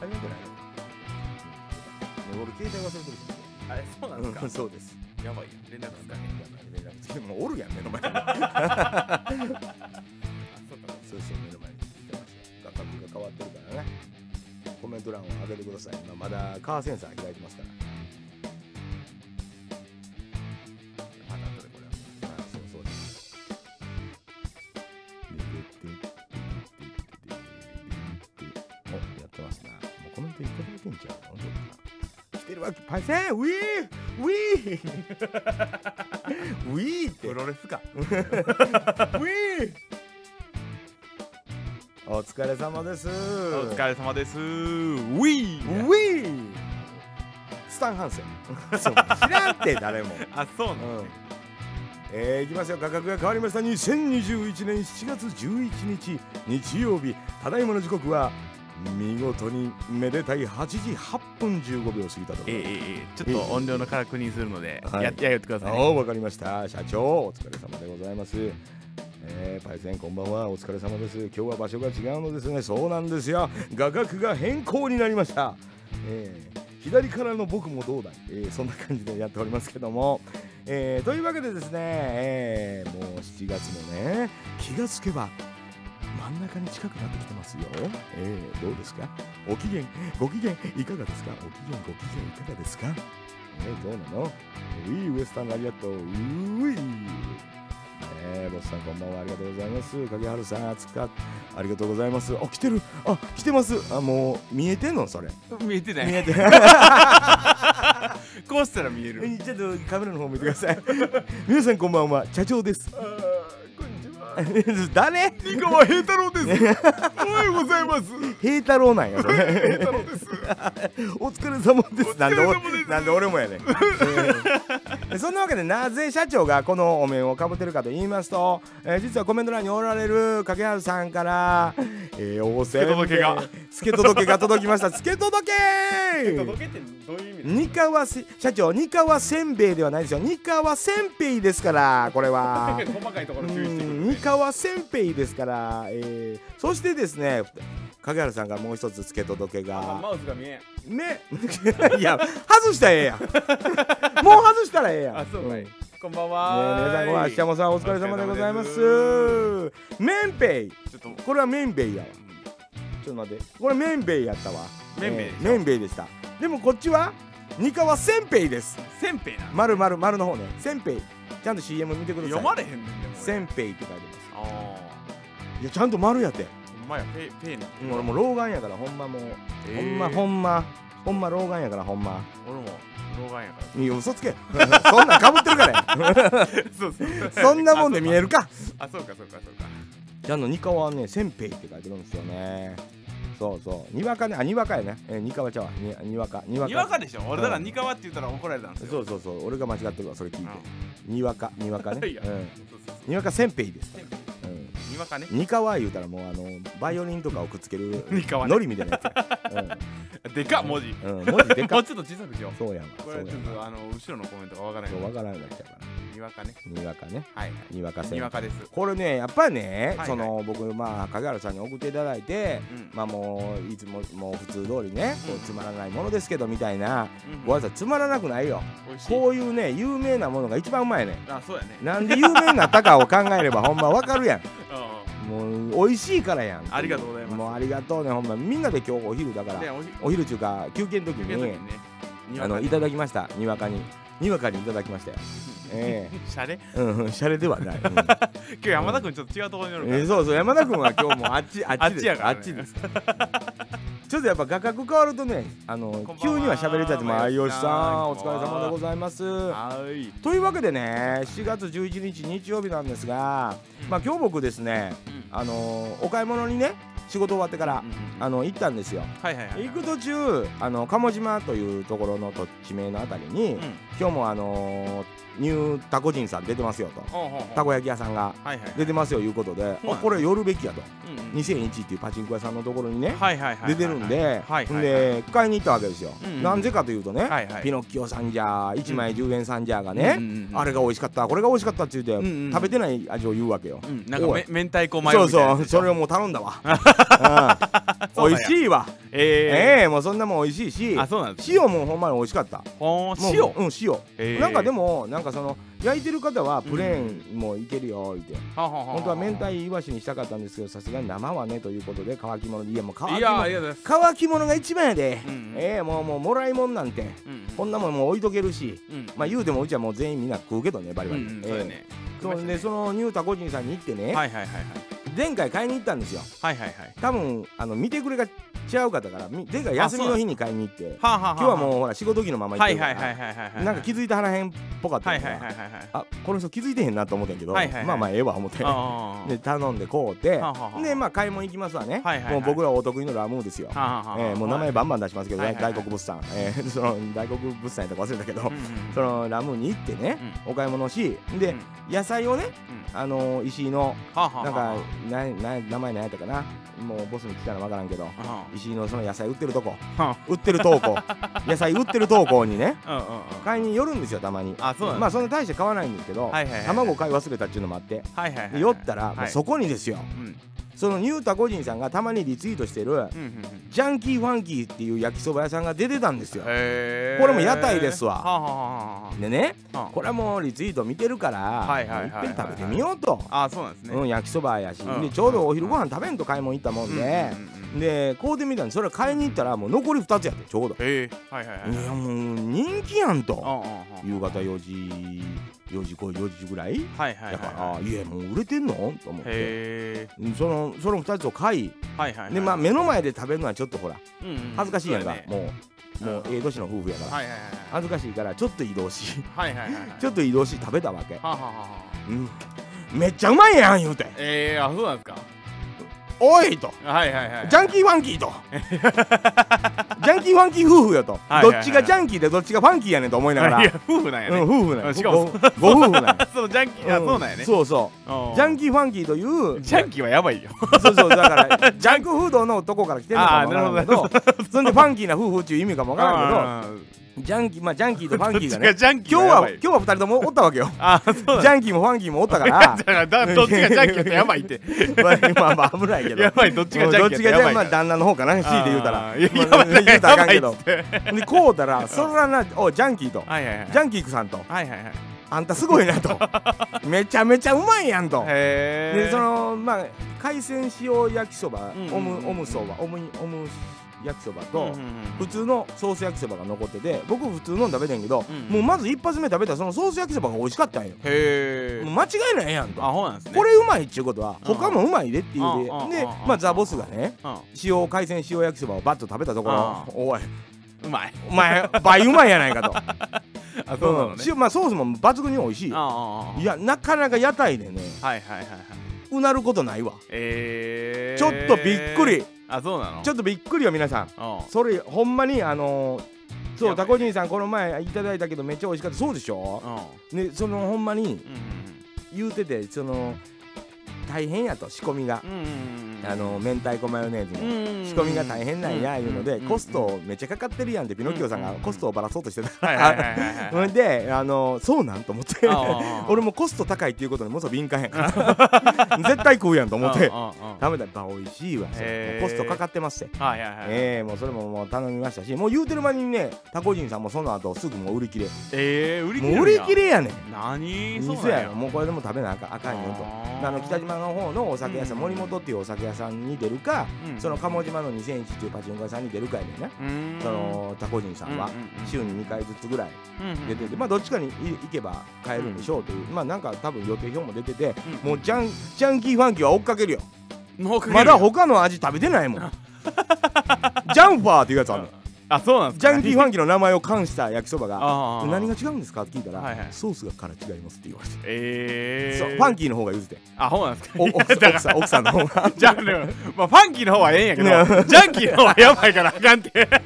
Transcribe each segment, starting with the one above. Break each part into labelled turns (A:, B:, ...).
A: 足りなくない
B: 俺携帯忘れてるし
A: あれそうなんですか、
B: うんそうです
A: やばいやん連絡つかへんやん
B: 連絡つけてもおるやん目の前に
A: あそうか
B: そうそう目の前に来てました価格が変わってるからねコメント欄を上げてください今まだカーセンサー開いてますから
A: また後でこれは
B: あそうそうですおやってますなもうコメントいただいてんじゃん本当か来てるわけパイセンウィーウィー ウィーって
A: プロレスか
B: ウィーお疲れ様ですお
A: お疲れ様ですウィー
B: ウィースタンハンセン そう知らんって誰も
A: あそうな
B: う
A: の、
B: んえー、いきますよ価格が変わりました2021年7月11日日曜日ただいまの時刻は見事にめでたい8時8分15秒過ぎたところ
A: ええええええちょっと音量の確認するので、
B: はい
A: やってやってくださいね
B: おーわかりました社長お疲れ様でございますえー、パイセンこんばんはお疲れ様です今日は場所が違うのですねそうなんですよ画角が変更になりました、えー左からの僕もどうだい、えーそんな感じでやっておりますけども、えーというわけでですね、えーもう7月もね気がつけば真ん中に近くなってきてますよ、えーどうですかお機嫌ご機嫌いかがですかお機嫌ご機嫌いかがですかえーどうなのウィーウエスタンありがとう。うーい。ねえ、ボスさんこんばんは。ありがとうございます。影春さん、暑かっありがとうございます。あ、来てる。あ、来てます。あ、もう見えてんのそれ。
A: 見えてない
B: 見えて。
A: こうしたら見える
B: えちょっとカメラの方見てください。 皆さんこんばんは。社長です。
A: あーこんにちは
B: 誰
A: 三河平 太郎ですおはようございます
B: 平太郎なんや、それ。
A: 平太郎です
B: お疲れ様で
A: お
B: す。
A: 疲
B: なん
A: れ
B: で
A: 様です
B: 俺なんで俺もやねん。えーそんなわけでなぜ社長がこのお面をかぶってるかと言いますと、えー実はコメント欄におられる影原さんから、えー、おせんべい
A: 付け届けが
B: 付け届けが届きました付け届け
A: 届けってどういう意味です
B: 三河せ社長三河せんべいではないですよ三河せんぺいですからこれ
A: か
B: は
A: だけ。ど細かいとこ
B: う
A: ろ注意してくる
B: ん三河せんぺいですから、えーそしてですね影原さんがもう一つ付け届けが。
A: あマウスが見えん
B: ねいや外したらええやんもう外したらええやん
A: あそうかい
B: んね
A: こんばん
B: え
A: は
B: 皆さんこんばんはしゃもさんお疲れ様でございま
A: お
B: すメンペイ
A: ちょっと
B: これはメンベイやわちょっと待ってこれメンベイやったわ
A: メンベイでしょ
B: えーメンベイでしたでもこっちはニカはセンペイです
A: せんべいな
B: 丸丸丸の方ねセンペイちゃんと CM 見てください
A: 読まれへんねんでも俺
B: センペイって書いてま
A: ああ
B: すいやちゃんと丸やって、
A: ほんまやペイペイな
B: うん、俺もう老眼やからほんまもう、ほんまほ
A: ん
B: んまほんま老眼やからほんま
A: 俺も老眼やか
B: いや嘘つけ そんなんかぶってるからや
A: ら そうそう
B: そんなもんで見え
A: る
B: るか。
A: あそうかそうかそうか
B: じゃあのニカワはね、せんぺいって書いてるんですよね。そうそう、にわかね、あ、にわかやね、えー、ニカワちゃうわ、に、にわか、にわか。
A: にわかでしょ俺だからにかわって言ったら怒られたんですよ
B: そうそうそう、俺が間違ってるわ、それ聞いて。にわか、にわか ね。
A: いや
B: うん。
A: そうそうそう
B: にわかせんぺいです。
A: せんべい
B: うん。
A: にわかね
B: ニカワ言うたら、もう、あの、バイオリンとかをくっつける。
A: ニカワね
B: ノリみたいなや
A: でかっ文字
B: つや。うん。うん、文字で
A: も
B: か
A: う
B: っ。
A: ちょっと小さくしよう
B: そうやんわ。
A: こ
B: そう
A: れ
B: や
A: はちょっ
B: ん
A: と
B: わ。
A: あの後ろのコメントがわからない
B: そうわからなくなっちゃうから。
A: にわかね
B: にわかね。
A: はいはい
B: にわかせ
A: に
B: ん
A: わ。かです
B: これね、やっぱりね、
A: はい
B: その、僕、まあ、影原さんに送っていただいて。
A: うん
B: まあもういつももう普通通りねこ
A: うん
B: うつまらないものですけどみたいな
A: うん
B: ご挨拶つまらなくないよ
A: 美味しい
B: こういうね有名なものが一番うまいね
A: あそうやね
B: んなんで有名になったかを考えればほんまわかるやん
A: う
B: もう美味しいからやん
A: ありがとうございます
B: もうありがとうねほんまみんなで今日お昼だか
A: んで
B: ら
A: おひ
B: お昼中か休憩の時
A: お昼の時
B: に
A: にねに
B: あ
A: わか
B: の
A: ね
B: いただきましたにわかににわかにいただきましたよえ
A: シャレ
B: えうんシャレではない、うん
A: 今日山田君ちょっと違うところにおるから
B: えーそう そう山田君は今日もあっちあっちです
A: あっちやからね
B: あっちですちょっとやっぱ画角変わるとねあの
A: こんばんは
B: 急には喋れたってもあよしさん
A: こ
B: お
A: んば
B: 疲
A: んは
B: れ様でございます
A: はーい
B: というわけでね7月11日日曜日なんですが、
A: うん
B: まあ今日僕ですね
A: うん
B: あのお買い物にね仕事終わってから
A: うんうん
B: あの行ったんですよ
A: はいはいはい
B: 行く途中あの鴨島というところの土地名のあたりに、
A: うん
B: 今日もあのニュータコ人さん出てますよと
A: ほうほうほう
B: たこ焼き屋さんが
A: はいはいはい
B: 出てますよいうことで、
A: うん
B: あこれ寄るべきやと
A: うんうん
B: 2001っていうパチンコ屋さんのところにね、
A: はいはいはい
B: 出てるんで、
A: はいはいはい
B: で買いに行ったわけですよ
A: うんうん
B: な、んぜかというとね、
A: はいはい
B: ピノッキオさんじゃ1枚10円さんじゃが
A: うん
B: ね、
A: うんうん
B: あれが美味しかったこれが美味しかったって言って、
A: うんうん
B: 食べてない味を言うわけよ、
A: うんなんか
B: おい
A: め明太子マヨ
B: そう
A: みたいな
B: そ
A: やつ
B: う
A: でしょ
B: それをもう頼んだわ、うん
A: そう
B: 美
A: なん
B: 味
A: や
B: しいわ
A: え
B: ええもうそんなもん美味しいし
A: ー、あそうなんですね
B: 塩もほんまに美味しかった
A: ほー
B: もう
A: 塩
B: うん塩
A: えー
B: なんかでもなんかその焼いてる方はプレーンもいけるよ言って、本
A: 本
B: 当は明太イワシにしたかったんですけどさすがに生はねということで乾き物でいやもう乾
A: い
B: き
A: やあ
B: 物
A: りがとうございます
B: 乾き物が一番やで、
A: うんうん
B: ええもうもうもらいもんなんて
A: うんうん
B: こんなもんもう置いとけるし
A: うん
B: まあ言うてもうちはもう全員みんな食うけどねバリ
A: うん
B: バ
A: う
B: リ、
A: ん
B: え
A: そうだ
B: え
A: ね
B: そう
A: 言ってま
B: で
A: し
B: そのニュータ個人
A: た
B: さんに行ってね、
A: ねはいはいはいはい
B: 前回買いに行ったんですよ
A: はいはいはい
B: 多分あの見てくれが違う方からみ前回休みの日に買いに行って
A: はあはあはあ
B: 今日はもうほら仕事着のまま行っ
A: は
B: て
A: い
B: るか
A: はい
B: ら、
A: はいはいはいはい
B: なんか気づいてはらへんっぽかった
A: は
B: か
A: い
B: ら、
A: はいはいはいはい
B: あこの人気づいてへんなと思ったんやけど、
A: はいはいはい
B: まあまあええわ思って
A: あー
B: で頼んでこうて
A: はあはあはあ
B: でまあ買い物行きますわね、
A: はいはいはい
B: もう僕らお得意のラムーですよ、
A: はあはあはあ
B: えーもう名前バンバン出しますけどね、
A: はいはいはい
B: 外国物産、えー その外国物産やったか忘れたけど、
A: うんうんうん
B: そのラムーに行ってね、お買い物をし
A: う
B: で、
A: ん
B: 野菜をね、
A: う
B: あのー石井の
A: はあはあ
B: なんか
A: は
B: なな名前何やったかなもうボスに聞いたら分からんけど
A: あは
B: 石井のその野菜売ってるとこ
A: あは
B: 売ってる投 稿野菜売ってる投稿にね
A: あうんうんうん
B: 買いに寄るんですよたまに
A: あそうな
B: ま
A: んだ
B: あそんな大して買わないんですけど、
A: はいはいはいはい
B: 卵買い忘れたっていうのもあって、
A: はいはいはいはい
B: 寄ったら、も
A: は
B: う
A: い
B: そこにですよ
A: うん
B: そのニュータ個人さんがたまにリツイートしてる、
A: うんうんうん
B: ジャンキーファンキーっていう焼きそば屋さんが出てたんですよ、
A: へー
B: これも屋台ですわ
A: はあはあはあは
B: でね
A: あはあ
B: これはもうリツイート見てるから、
A: はいはいはいはい
B: っぺん食べてみようと、
A: あそうなんですね
B: うん、焼きそばやし、
A: うん
B: でちょうどお昼ご飯食べんと買い物行ったもんで、
A: うんうんうんうん
B: でこうで見たんでそれ買いに行ったらもう残り2つやってちょうど
A: へえはいはいはい
B: いやもう人気やん
A: うん
B: と
A: うんうん
B: 夕方4時4時5 4時ぐらい
A: はいはいは
B: だ
A: いはい
B: からいやもう売れてんのと思って
A: へえ
B: そのその2つを買い
A: はいはいはい
B: でまあ目の前で食べるのはちょっとほら
A: うんうん
B: 恥ずかしいやんか
A: そうだね
B: もうもうええ年の夫婦やから
A: はいはい
B: 恥ずかしいからちょっと移動し
A: はいはいはいはいはい
B: ちょっと移動し食べたわけ
A: はあはあはあ
B: うんめっちゃうまいやん言うて
A: ええあそうなんですか
B: おいと
A: はいはいはい
B: ジャンキーファンキー とジャンキーファンキー夫婦よと
A: はいはいはい
B: どっちがジャンキーでどっちがファンキーやねんと思いながら
A: いや夫婦なんや
B: う
A: ね
B: ん、夫婦なんや
A: しかも
B: ごご夫婦なん や
A: そのジャンキーあ
B: ん
A: そうなんやね
B: そうそ
A: うん
B: うジャンキーファンキーと いう
A: ジャンキーはやばいよ
B: そうそうだからジャンクフードの男から来てるのかもわか らんけどそんでファンキーな夫婦っていう意味かもわからん
A: あー
B: けどジャンキーまあジャンキーとファンキーが
A: どっ
B: ね
A: ちジャンキー
B: 今日は
A: やばい
B: 今日は二人ともおったわけよ
A: あーそうなん
B: ジャンキーもファンキーもおったから
A: だからだどっちがジャンキーやったらやばいって
B: まあまあまあ危ないけど
A: やばいどっち
B: う
A: が
B: ん
A: ジャ
B: ど
A: ン
B: っ
A: キ
B: ち
A: ーや
B: がじゃあ
A: ったらやば
B: まあ
A: いって
B: 旦那の方かな強いて言うたら
A: あーいや
B: まあ
A: やばい
B: 言うたらあかんけ
A: や
B: ど
A: ばいっつって
B: でこうたらそらなおジャンキーと
A: はいはいはい
B: ジャンキーさんと
A: はいはいはい
B: あんたすごいな とめちゃめちゃうまいやんと
A: へえ
B: でそのまあ海鮮塩焼きそば
A: うんうんうん
B: オムオムそばオムオム焼きそば
A: うんう
B: と
A: んうん
B: 普通のソース焼きそばが残ってて僕普通の食べてんけど
A: うんうん
B: もうまず一発目食べたそのソース焼きそばが美味しかったんよ
A: へえ
B: もう間違いないやんと
A: あほうなんですね
B: これうまいっちゅうことは
A: うん
B: 他もうまいでっていうで
A: うんうん
B: で
A: うんうん
B: まあザボスがね
A: うん
B: 塩海鮮塩焼きそばをバッと食べたところおいう
A: まい
B: お前倍うまいやないかと
A: あ そうなの
B: ん
A: ね
B: 塩まあソースも抜群に美味しい
A: ああああ
B: いやなかなか屋台でね
A: はいはいはいはいう
B: なることないわ
A: えー
B: ちょっとびっくり
A: あそうなの
B: ちょっとびっくりよ皆さん
A: うん
B: それほんまにあのーそ
A: や
B: う
A: ばい
B: タコジンさんこの前いただいたけどめっちゃ美味しかったそうでしょ
A: うん
B: ねそのほんまに
A: う
B: 言うててその大変やと仕込みが、
A: んうんうんうん
B: あの明太子マヨネーズの仕
A: 仕
B: 込みが大変なんやいうので、コストめっちゃかかってるやんってピノッキオさんが
A: うん
B: コストをばらそうとしてた
A: はいはいはいはいはい
B: ほ ん であのそうなんと思って
A: あ ああ
B: 俺もコスト高いっていうことにもっと敏感やから 絶対食うやんと思って
A: うんうんうん
B: 食べたらやっぱ美味しいわそれ
A: へー
B: コストかかってますって
A: はいはいはい
B: ええもうそれももう頼みましたしもう言うてる間にねタコ人さんもその後すぐもう売り切れ
A: えー売り切れ
B: もう売り切
A: れ
B: れやねん
A: 何そう
B: 店
A: なん
B: やろもうこれでも食べなあかんあかんよと
A: あー
B: あの北島の方のお酒屋さん
A: うん
B: 森本っていうお酒屋さんに出るか
A: うん
B: その鴨島の2001っていうパチンコ屋さんに出るかやねんな
A: うーん
B: そのタコ人さんは
A: うんうんうん
B: 週に2回ずつぐらい
A: うんうん
B: 出ててまあどっちかにい行けば買えるんでしょうというまあなんか多分予定表も出ててもうジャンジャンキーファンキーは追っかけるよ
A: もうかける
B: まだ他の味食べてないも んジャンファーっていうやつあるの
A: あそうなんです
B: ジャンキーフ
A: ァン
B: ァンキーの名前を冠した焼きそばが
A: あー
B: 何が違うんですかって聞いたら、
A: はいはい
B: ソースがから違いますって言われて、
A: えー
B: そうファンキーの方が言うて て
A: あほうなんですか
B: お
A: いや
B: 奥
A: だ
B: さ
A: か
B: ん
A: ら
B: 奥さん奥さんの方が
A: ジャンル、まあ、ファンキーの方はええんやけど、ジャンキーの方はやばいからあかんって。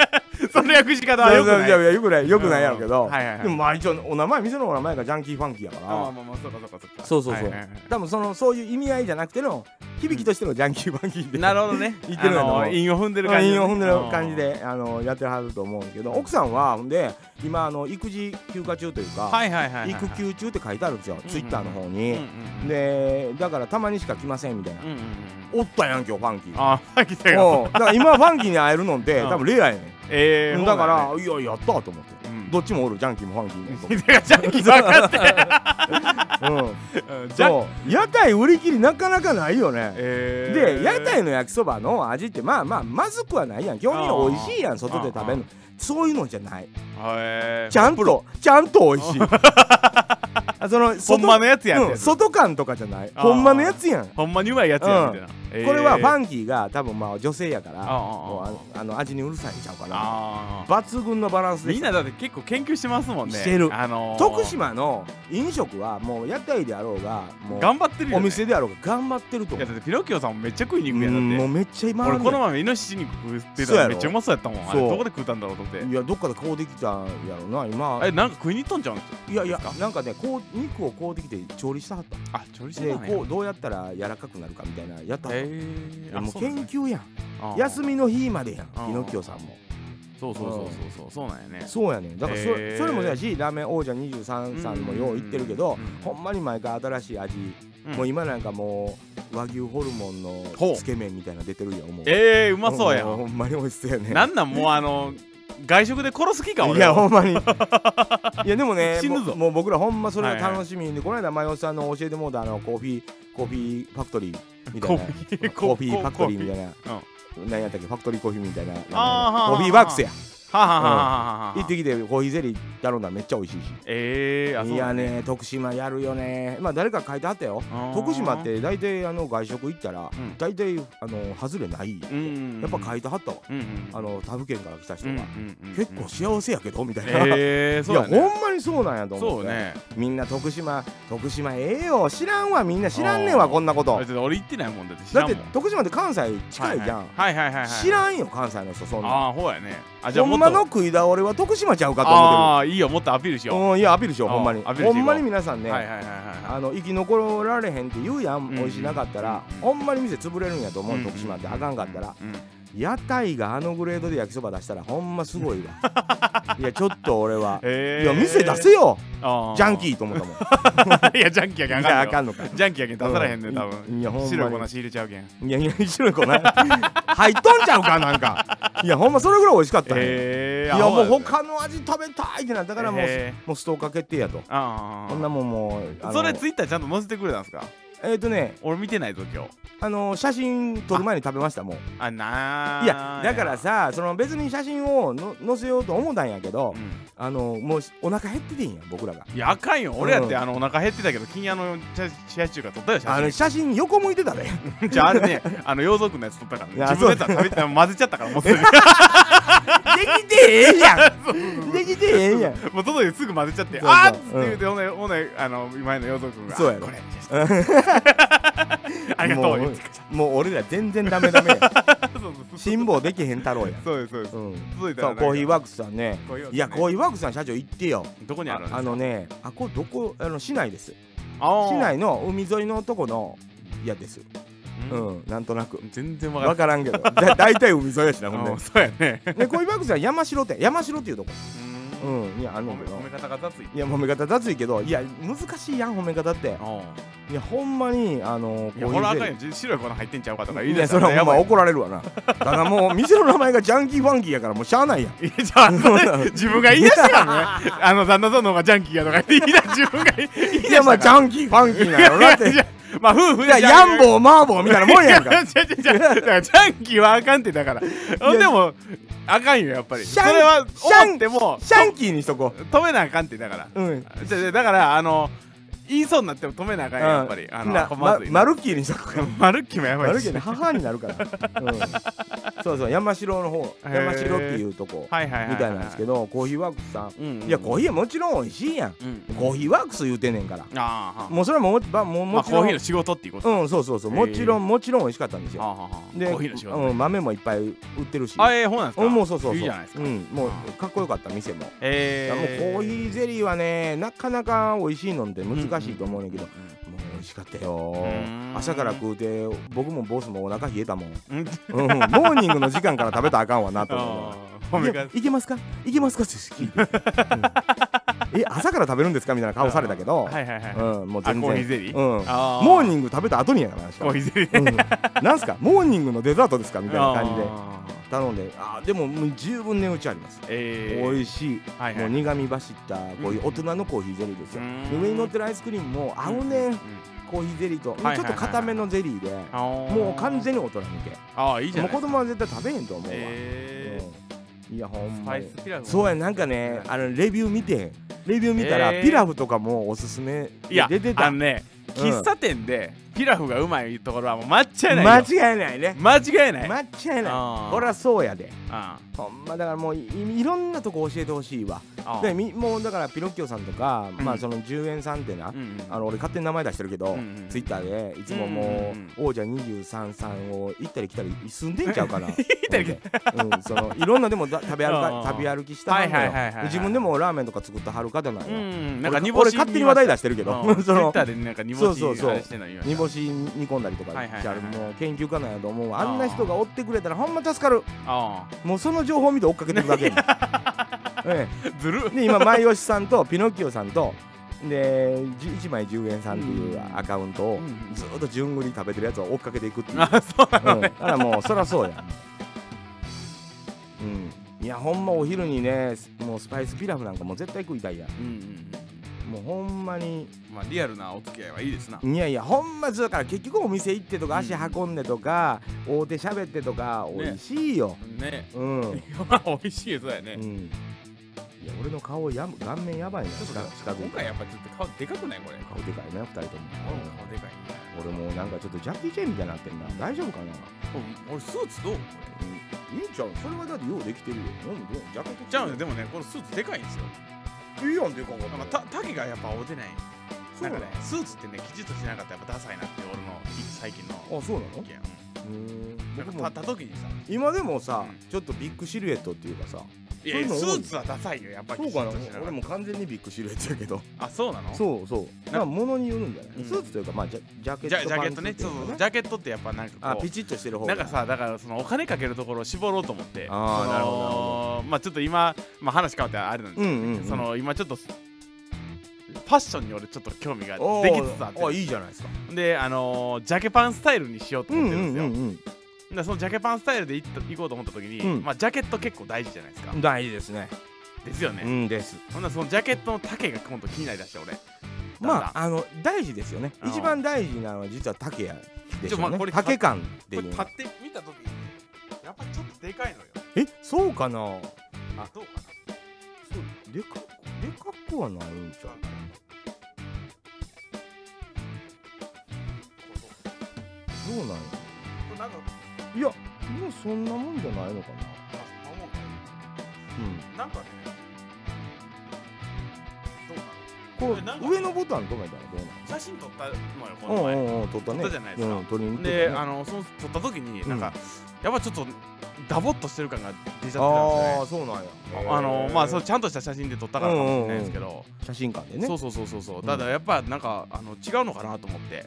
A: その訳し方は
B: や
A: よく
B: や
A: ないい
B: やよくないよくないやろうけど、
A: うんはいはいはい
B: でもまあ一応お名前店のお名前がジャンキーファンキーやか
A: あまあ
B: ら
A: まあまあそうかそうかそうか
B: そうそうそう
A: はいはいはい
B: 多分そのそういう意味合いじゃなくての響きとしてのジャンキーファンキーで
A: なるほどね。
B: 言ってるの
A: あの韻を踏んでる感じ。
B: 韻を踏んでる感じ。であのやってはると思うんですけど奥さんはほんで今あの育児休暇中というか、
A: はいはいはいはい。
B: 育休中って書いてあるんですよ、
A: うん
B: ツイッターの方
A: うん
B: に、
A: うん。
B: でだからたまにしか来ませんみたいな
A: うん、うんうん
B: おったやん今日ファンキー
A: あー、来たよ。
B: うんだから今ファンキーに会えるのって
A: うん
B: 多分レアやね
A: え
B: ん
A: え。
B: だか
A: そ
B: らいややったと思って
A: うだね、
B: どっちもおるジャンキーもファンキーもと
A: うん。てかジャンキー分かって。
B: 思って
A: うん
B: うん
A: ジャン。
B: そう屋台売り切りなかなかないよね
A: ええ
B: で屋台の焼きそばの味ってまあまあまずくはないやん基本的に美味しいやん外で食べるのそういうのじゃない
A: へー
B: ちゃんとちゃんと美味しい あその
A: ほんまのやつやん
B: う
A: て
B: ん。外感とかじゃない
A: あー
B: ほんまのやつやん
A: ほんまにうまいやつやんみたいな。えー
B: これはファンキーが多分まあ女性やから
A: あ
B: もう
A: あ
B: あのあの味にうるさいんちゃうか
A: あ
B: な
A: ああ
B: 抜群のバランスで
A: みんなだって結構研究してますもんね。
B: してる
A: あのー
B: 徳島の飲食はもう屋台であろうがもう
A: 頑張ってるよ
B: お
A: ね。
B: 店であろうが頑張ってると
A: い
B: 思
A: や
B: う
A: だってピノキオさんもめっちゃ食いに行く
B: う
A: やん
B: ん
A: だ
B: も
A: っ
B: う
A: て。
B: めっちゃ今
A: 俺この前イノシシ肉食って
B: そうや
A: た
B: ろ
A: らめっちゃうまそうやったもん。あれ
B: そう
A: どこで食うたんだろうと思って。
B: いやどっかで買うてきたんやろな今
A: あれなんか食いに行ったんじゃうん
B: いやいや
A: ですか
B: なんかねこう肉を買うてきて調理したはった
A: あ調理して
B: で
A: たね
B: こうどうやったら柔らかくなるかみたいなやったはった
A: え
B: い
A: ー、
B: や
A: あ
B: もう
A: そうなん
B: 研
A: や
B: 究やん
A: あー
B: 休みの日までやん
A: あー
B: ピノキオさんも
A: そうそうそうそうそうそうなんやね
B: そうやねんだからそ,、
A: へー
B: それもそうやしラーメン王者23さんもよう言ってるけど、
A: うんうんうんうん
B: ほんまに毎回新しい味、
A: うん
B: もう今なんかもう和牛ホルモンの
A: ほう
B: つけ麺みたいなの出てるよもう
A: えー、うまそうや
B: んほ
A: ん
B: んまに美味しそうやね
A: なんなんもうあの外食で殺す気か俺
B: いやほん まにいやでもね
A: 死ぬ
B: も
A: ぞ
B: うもう僕らほんまそれが
A: はいはい
B: 楽しみで、この間マヨさんの教えてもうたあのコーヒーコーヒーファクトリーみたいな
A: コーヒー
B: コーヒーファクトリーみたいな
A: コー
B: 何やったっけファクトリーコーヒーみたいな
A: あー
B: コーヒーバックスや
A: はあはあはあはあ
B: 行ってきてコーヒーゼリー頼んだらめっちゃ美味しいし
A: えー、あそう
B: いや
A: なん
B: ね徳島やるよねまあ誰か書いてあったよ
A: あー
B: 徳島って大体あの外食行ったら
A: うん
B: 大体あの外れない
A: うんうんうん
B: やっぱ書いてはったわ
A: うんうん
B: あの他府県から来た人
A: うんう
B: が
A: んうんうん
B: 結構幸せやけどみたいな、
A: え ー、そ
B: いうや
A: やね
B: ほんまにそうなんやと思
A: そううね
B: みんな徳島徳島ええよ知らんわみんな知らんねんわ
A: あー
B: こんなこ
A: だ
B: と
A: って俺行ってないもんだって知
B: だ
A: ら
B: っ
A: ん
B: て
A: もん
B: 徳島って関西近いじゃん、
A: はいはいはいはいはい
B: 知らんよ関西の人そんな
A: ああほうやねあじゃあ
B: ほ
A: も
B: ん
A: っ
B: ま
A: と
B: の食い倒れは徳島ちゃうかと思
A: ああいいよもっとアピール
B: っ
A: し
B: てる
A: よ
B: うんいやアピールしよう
A: あー
B: ほんまに
A: アピールしていこう
B: ほんまに皆さん
A: う、
B: ね、
A: はいはいはいは
B: あの生き残られへんって言うやん、
A: うん
B: 美味しなかったら、
A: うん
B: ほんまに店潰れるんやと思う、
A: い
B: 徳島ってあかんかったら、
A: うんうんうん
B: 屋台があのグレードで焼きそば出したらほんますごいわ いやちょっと俺は、
A: えー
B: いや店出せよ
A: あー
B: ジャンキーと思ったもん
A: いやジャンキーやけんあ
B: い
A: かん
B: や
A: よ
B: あかんのか
A: ジャンキーやけん出されへんね多分
B: いやほん
A: 白い
B: ま
A: 粉仕入れちゃうけん
B: にいやいや白い粉入っとんちゃうかなんかいやほんまそれぐらい美味しかったね、
A: え
B: いやもう他の味食べたいってなった
A: だ
B: からもう,、もうストーカー決定やと
A: ああ
B: こんなもんもうあの
A: それツイッターちゃんと載せてくれたんすか
B: えっ、とね
A: 俺見てないぞ今日
B: あの写真撮る前に食べましたもう
A: あなあ
B: いやだからさその別に写真をの載せようと思ったんやけど、
A: うん
B: あのもうお腹減っててんや僕らが
A: いやあかんよ俺やっ
B: う
A: て
B: ん
A: あのお腹減ってたけど金屋のチャチャ中華撮ったよ
B: あの
A: 写
B: 写真横向いてた で
A: 真じゃああれねあの洋族のやつ撮ったからね
B: いや
A: 自分のやつは食べて混ぜちゃったからもうすぐ
B: できてええやん できてええやん
A: もう外ですぐ混ぜちゃって
B: そうそう
A: あーっつって言うてほんでほんであの今井の洋族君が
B: そうやろ
A: これ ありがとう言って
B: もう俺ら全然ダメダメや
A: そうそうそう
B: 辛抱できへん太郎や
A: そうですそうです
B: うん
A: 続いたら
B: そうコーヒーワークスさんね
A: コーヒーワークスね
B: いやコーヒーワークスさん社長行ってよ
A: どこにあるんですか
B: あのねあこれどこあの市内です
A: あー
B: 市内の海沿いのとこのやですう
A: うん
B: んなんとなく
A: 全然わか
B: 分
A: ん
B: からんけどだ大体海沿いやしな
A: な
B: ほ
A: い
B: ん
A: あー
B: で
A: そうやね
B: でコーヒーワークスさん山城店山城っていうとこ
A: う
B: うんいやあ
A: ん
B: の
A: 褒め褒め方が雑い
B: いや褒め方雑いけどいや難しいやん褒め方って
A: あ
B: いやほんまにあの
A: ーいや
B: コ
A: ほ
B: ー
A: らあ
B: ヒー
A: か
B: ゼ
A: ん
B: リ
A: よ白い粉入ってんちゃうかとか
B: ー
A: 言
B: い
A: い出
B: や
A: した
B: そ
A: ら
B: れはほ
A: や
B: ん
A: ば
B: ま
A: い
B: 怒られるわなただもう店の名前がジャンキーファンキーやからもうしゃあないやん
A: いやじゃ ああの自分が言い出したからねあの旦那さんの方がジャンキーやとか言って言い出自分が言い出した
B: いやまあジ
A: ン
B: ャンキーファンキーなのだってい
A: まあ夫婦
B: やヤンボーマーボーみたいなもんやんか
A: いや違う違う違うだからジャンキーはあかんってだからでもあかんよやっぱり
B: シ
A: そ
B: ャン
A: れは
B: シャン
A: 思っても
B: シャンキーにしとこ
A: 止めなあかんってだから
B: ううん
A: じゃあだからあの言いそうになっても止めなあかんやんやっぱりあの
B: な
A: こ
B: ま
A: まずい
B: マ
A: な
B: ルキーにしと くから
A: マルッキもやば
B: マ
A: い
B: ル
A: し
B: キーね母になるから、うん、そうそう山城の方
A: へー
B: 山城っていうとこ
A: はいはいはいは
B: みたいなんですけどコーヒーワークスさん
A: うんうん
B: いやコーヒーはもちろん美味しいやん
A: うん
B: コーヒーワークス言うてんねんから
A: ああはあ
B: もうそれはもうばもう
A: ま
B: も
A: あ
B: ち
A: コ
B: ろ
A: ー
B: ん
A: ヒーの仕事っていうこと
B: うんそうそうそうもちろんもちろん美味しかったんです
A: は
B: よ
A: あはあはあ
B: で
A: コーヒーの仕事
B: うん豆もいっぱい売ってるし
A: あええほうなんですか
B: うんもうそうそうそう
A: い
B: い
A: いじゃないですか
B: うんもうかっこよかった店も
A: え
B: もう
A: え
B: コーヒーゼリーはねなかなか美味しいのって難しいと思うねんけど、もう美味しかったよ
A: ーん
B: 朝から食うて僕もボスもお腹冷えたもん、うん、
A: うん
B: モーニングの時間から食べたらあかんわなと思う
A: ああ褒め
B: いや
A: 返す
B: いけますかいけますかって聞いて、うんえ朝から食べるんですかみたいな顔されたけど、
A: はいはいはい
B: うん、もう全然
A: あコーヒーゼリー
B: うん、
A: あー
B: モーニング食べた後にやからなしか
A: コ
B: も
A: ーヒーゼリー
B: うん、なんすかモーニングのデザートですかみたいな感じで
A: あー
B: 頼んであーでももう十分値打ちあります
A: ええ
B: 美味しい、
A: はいはい
B: もう苦み走ったこういう大人のコーヒーゼリーですよ、
A: う
B: で
A: ーん
B: 上に乗ってるアイスクリームも合うね、
A: んん
B: コーヒーゼリーと、
A: はいはいはい
B: ちょっと固めのゼリーで、
A: あー
B: もう完全に大人向
A: ああいい
B: け
A: じゃ
B: もう子
A: ないですか
B: 供は絶対食べへんと思うわ、
A: ええ
B: うんいやほん
A: ス
B: ま
A: パイ
B: に
A: スピラフ
B: そうやなんかねあのレビュー見てレビュー見たら、
A: えー
B: ピラフとかもおすすめ
A: いや
B: 出てた
A: あのね
B: うん
A: 喫茶店でピラフがうまいところはもう間違いない
B: 間
A: よ
B: 違いないね
A: 間違いない
B: 間違いな
A: あー
B: いこりゃそうやで
A: あ
B: ほんまだからもういいろんなとこ教えてほしいわ
A: あ
B: でみもうだからピロッキョさんとか、
A: うん
B: まあその10円さんってな、
A: うんうん
B: あの俺勝手に名前出してるけど、
A: うんうん
B: ツイッターでいつももう、王者23さんを行ったり来たり住んでんちゃう かな行った
A: り来
B: うん、そのいろんなでもだ食べ歩
A: うん
B: か食べ歩きしたはんの
A: はいはいはいはいは
B: よ
A: い
B: 自分でもラーメンとか作ってはる方なん
A: う
B: よ、
A: んなんか
B: 俺
A: 煮干し
B: 俺勝手に話題出してるけど、
A: ツ イ
B: そ
A: ッ
B: の
A: ターでなんか煮干し
B: そうそうそう
A: あれしてんの見ました
B: 煮干し煮込んだりとか
A: はいはいはい
B: してあるもう研究家なんやと思うあんな人がおってくれたらほんま助かる
A: あ
B: もうその情報を見て追っかけてるだ けやねんえ
A: あずる
B: えで今前吉さんとピノッキオさんとでじ1枚10円さんっていうアカウントを
A: うん
B: ずっと順繰り食べてるやつを追っかけていくっていう
A: あそうな
B: うん、だからもうそらそうや、うん、いやほんまお昼にねもうスパイスピラフなんかもう絶対食いたいやん
A: うんうん
B: もうほんまに
A: うんまあリアルなお付き合いはいいですない
B: やいやほんまそうだから結局お店行ってとか足運んでとか、大手喋ってとか
A: ね
B: 美味しいよ、
A: ね
B: うん、うん、
A: まあ 美味しいですよね
B: いや俺の顔やむ顔面やばいな
A: ちょっと
B: 近近づい
A: 今
B: て
A: 回やっぱちょっと顔でかくないこれ
B: 顔でかいな二人とも
A: 俺も顔でかいね
B: 俺もなんかちょっとジャッキー・チェンみたいになってんな大丈夫かな
A: 俺スーツどう
B: うんいいんちゃうそれはだってようできてるよなんでジャケット着てる
A: ちゃうねでもねこのスーツでかいんですよ
B: いいやんでかかった
A: まあた丈がやっぱ合うてない
B: そ
A: な
B: うんな
A: か
B: の
A: ねスーツってねきちっとしなかったらやっぱダサいなって俺の最近の
B: あそうな
A: 意
B: の
A: 見
B: うん
A: な
B: 僕
A: んか
B: も
A: 立った時にさ
B: 今でもさ
A: うん
B: ちょっとビッグシルエットっていうかさ
A: いやいや
B: そういう
A: ス
B: の多い
A: ーツはダサいよやっぱり
B: そうかな
A: きちっとしかった
B: 俺も完全にビッグシルエットやけど
A: あそうなの
B: そうそうまあ物によるんじゃな
A: うん
B: いスーツというかまあジャジャケッ
A: じゃ
B: ト
A: ジャケッ
B: パ
A: ト
B: ンツ
A: ね
B: ってい
A: そう
B: うか
A: そうジャケットってやっぱなんか
B: あ
A: こ
B: ピ
A: う
B: チッとしてる方
A: な
B: が
A: んかさだからそのお金かけるところを絞ろうと思って
B: あー
A: その
B: なるほどなるほ
A: まあちょっと今、まあ、話変わってあれなんです
B: う
A: けど、
B: んうんうん
A: その今ちょっとファッションに俺ちょっと興味が
B: おー
A: できつつあっ
B: あ
A: て
B: いいじゃないですか
A: であのージャケパンスタイルにしようと思ってるんですよ、
B: ん
A: でそのジャケパンスタイルで行った行こうと思った時に、
B: うん
A: まあ、ジャケット結構大事じゃないですか、
B: 大事ですね
A: ですよ
B: う
A: ね、
B: んです
A: ほんならそのジャケットの丈が今度気になりだして俺
B: ま
A: あ
B: ああの大事ですよね
A: うん
B: 一番大事なのは実は竹やでし
A: ちょま
B: ょ
A: あ
B: うね
A: これ
B: 竹感ってい
A: これ
B: うの
A: 立っ
B: は
A: て見た時にやっぱちょっとでかいのよ
B: えそうかな
A: あどうかな
B: そうでかでかくはないんちゃうどうなんや
A: なんか
B: いやもうそんなもんじゃないのかな
A: なんかねどうか
B: うんこ
A: これなんか
B: う上のボタン止めたらどうな
A: な写真撮ったのよこの
B: の
A: 前
B: うんうんうん撮ったね
A: 撮ったじゃないですか
B: うん撮りに行って
A: で、
B: たね
A: あのその撮った時に
B: うん
A: なんか、やっぱちょっとダボっとしてる感が出ちゃってた
B: あ
A: ん
B: ーそうなんや
A: ですよねあのまあそううちゃんとした写真で撮ったからかもしれないですけど、
B: 写真館でね
A: そうそうそうそうそう
B: うん
A: ただやっぱなんかあの違うのかなと思って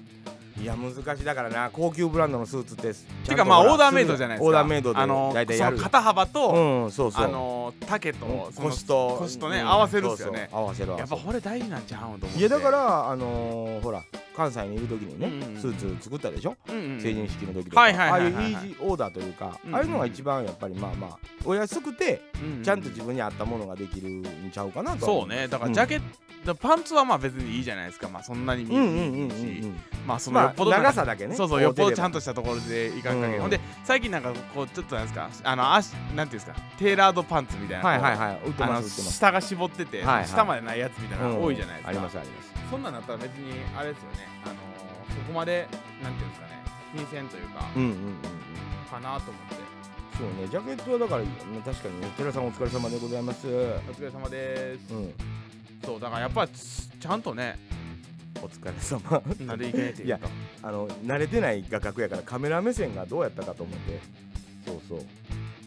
B: いや難しいだからな高級ブランドのスーツって
A: ていうかまあオーダーメイドじゃないですか
B: オーダーメイドで
A: あの
B: 大体やる
A: その肩幅と、
B: うんそうそう
A: あの丈と、その
B: 腰と
A: 腰とね
B: うん
A: 合わせるっすよね
B: そうそう合わせる合わせる
A: やっぱこれ大事なんちゃうんと思って
B: い
A: い
B: やだか、らあのーほら関西にいる時にね、
A: うんうんうん
B: スーツ作ったでしょ、
A: うんうん
B: 成人式の時とか、
A: はいはいはいはいは
B: ああい
A: い
B: うイージーオーダーというか、
A: うんうん
B: ああいうのが一番やっぱりまあまあお安くて
A: うう
B: ちゃんと自分に合ったものができるんちゃうかなとは思
A: そうねだからジャケット、パンツはまあ別にいいじゃないですかまあそんなに見
B: うんうんうんう
A: 見
B: ん
A: え
B: う
A: ないし
B: ん
A: まあそのよ
B: ま
A: っぽ
B: あ
A: どなんか
B: 長さだけね
A: そうそうよっぽどちゃん
B: と
A: としたところでいかんかけ、
B: うん
A: ほんで最近なんかこうちょっとなんですかあの足なんていうんですかテーラードパンツみたいな
B: はいはい
A: い
B: はい売って
A: あ
B: ま
A: の
B: す売ってます
A: 下が絞ってて、
B: はいはい
A: 下までないやつみたいな
B: う
A: の
B: ん
A: 多いじゃないですか、
B: ありますあります
A: そんなんなったら別にあれですよねあのーそこまでなんていうんですかね金銭というか、
B: うんうんうんうん
A: かなと思って
B: そうねジャケットはだから確かにね寺さんお疲れ様でございますう
A: お疲れ様です、
B: ん
A: そうだからやっぱちちゃんとね
B: お疲れ様
A: なるいけないというか
B: あの慣れてない画角やからカメラ目線がどうやったかと思ってそうそう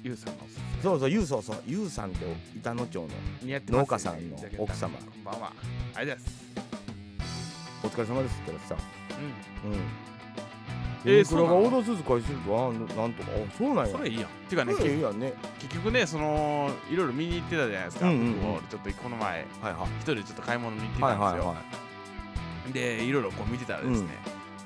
A: ゆうさんの
B: そうそうゆうそうそうゆうさんって板野町の
A: 似合って
B: 農
A: ま
B: 家
A: すよ
B: さ
A: ね
B: んの
A: ジャケット
B: 奥様
A: こんばんはありがとうござい
B: お疲れ様です寺さん
A: ます、うん
B: うん
A: えー
B: ユニクロが
A: そうな
B: オ
A: の
B: ーダースーツ買いするとあななんとかあそうなんや
A: それいいやんていうかね、
B: うんいいやね
A: け結局ねそのいろいろ見に行ってたじゃないですか、
B: うんうんうん
A: 僕も俺ちょっとこの前
B: はいは
A: 一人でちょっと買い物見に行って
B: い
A: た
B: は
A: んで
B: い
A: すよ、
B: はいはい
A: でいろいろこう見てたらですね、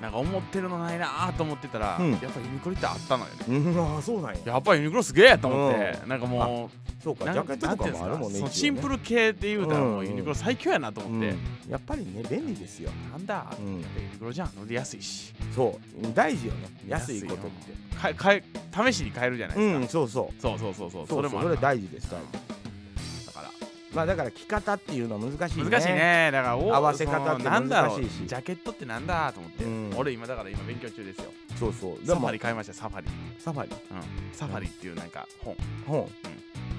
A: なんか思ってるのないなーと思ってたら、
B: うん
A: やっぱユニクロってあったのよね
B: うん、あーそうなんや
A: やっぱユニクロすげえと思って、なんかも
B: そう
A: う
B: か
A: な
B: ジャ
A: ん
B: ケットとかもあるもんね
A: なんていうんですかそのシン
B: ル
A: プル系で言うたらも
B: うんう
A: うんユニクロ最強やなと思って、
B: やっぱりね便利ですよ
A: なんだ、
B: うん
A: やっぱユニクロじゃん乗りやすいし
B: そう大事よね安いことっ
A: かえかえ試しに買えるじゃない
B: て
A: です
B: う
A: か、
B: んそうそう
A: そうそうそうそ
B: そ
A: うそうれ
B: そう
A: も
B: そ
A: ある
B: れ
A: な
B: 大事です大事
A: だから
B: まあだから着方っていうのは難しいね
A: 難しいねだからお
B: 合わせ方って
A: そのなんだろう
B: 難しいし
A: ジャケットってなんだと思って、
B: うん
A: 俺今だから今勉強中ですよ
B: そうそう
A: サファリ
B: リ
A: 買いましたサファリ、うん、
B: サファリ
A: サファリっていうなんか本、うん、
B: 本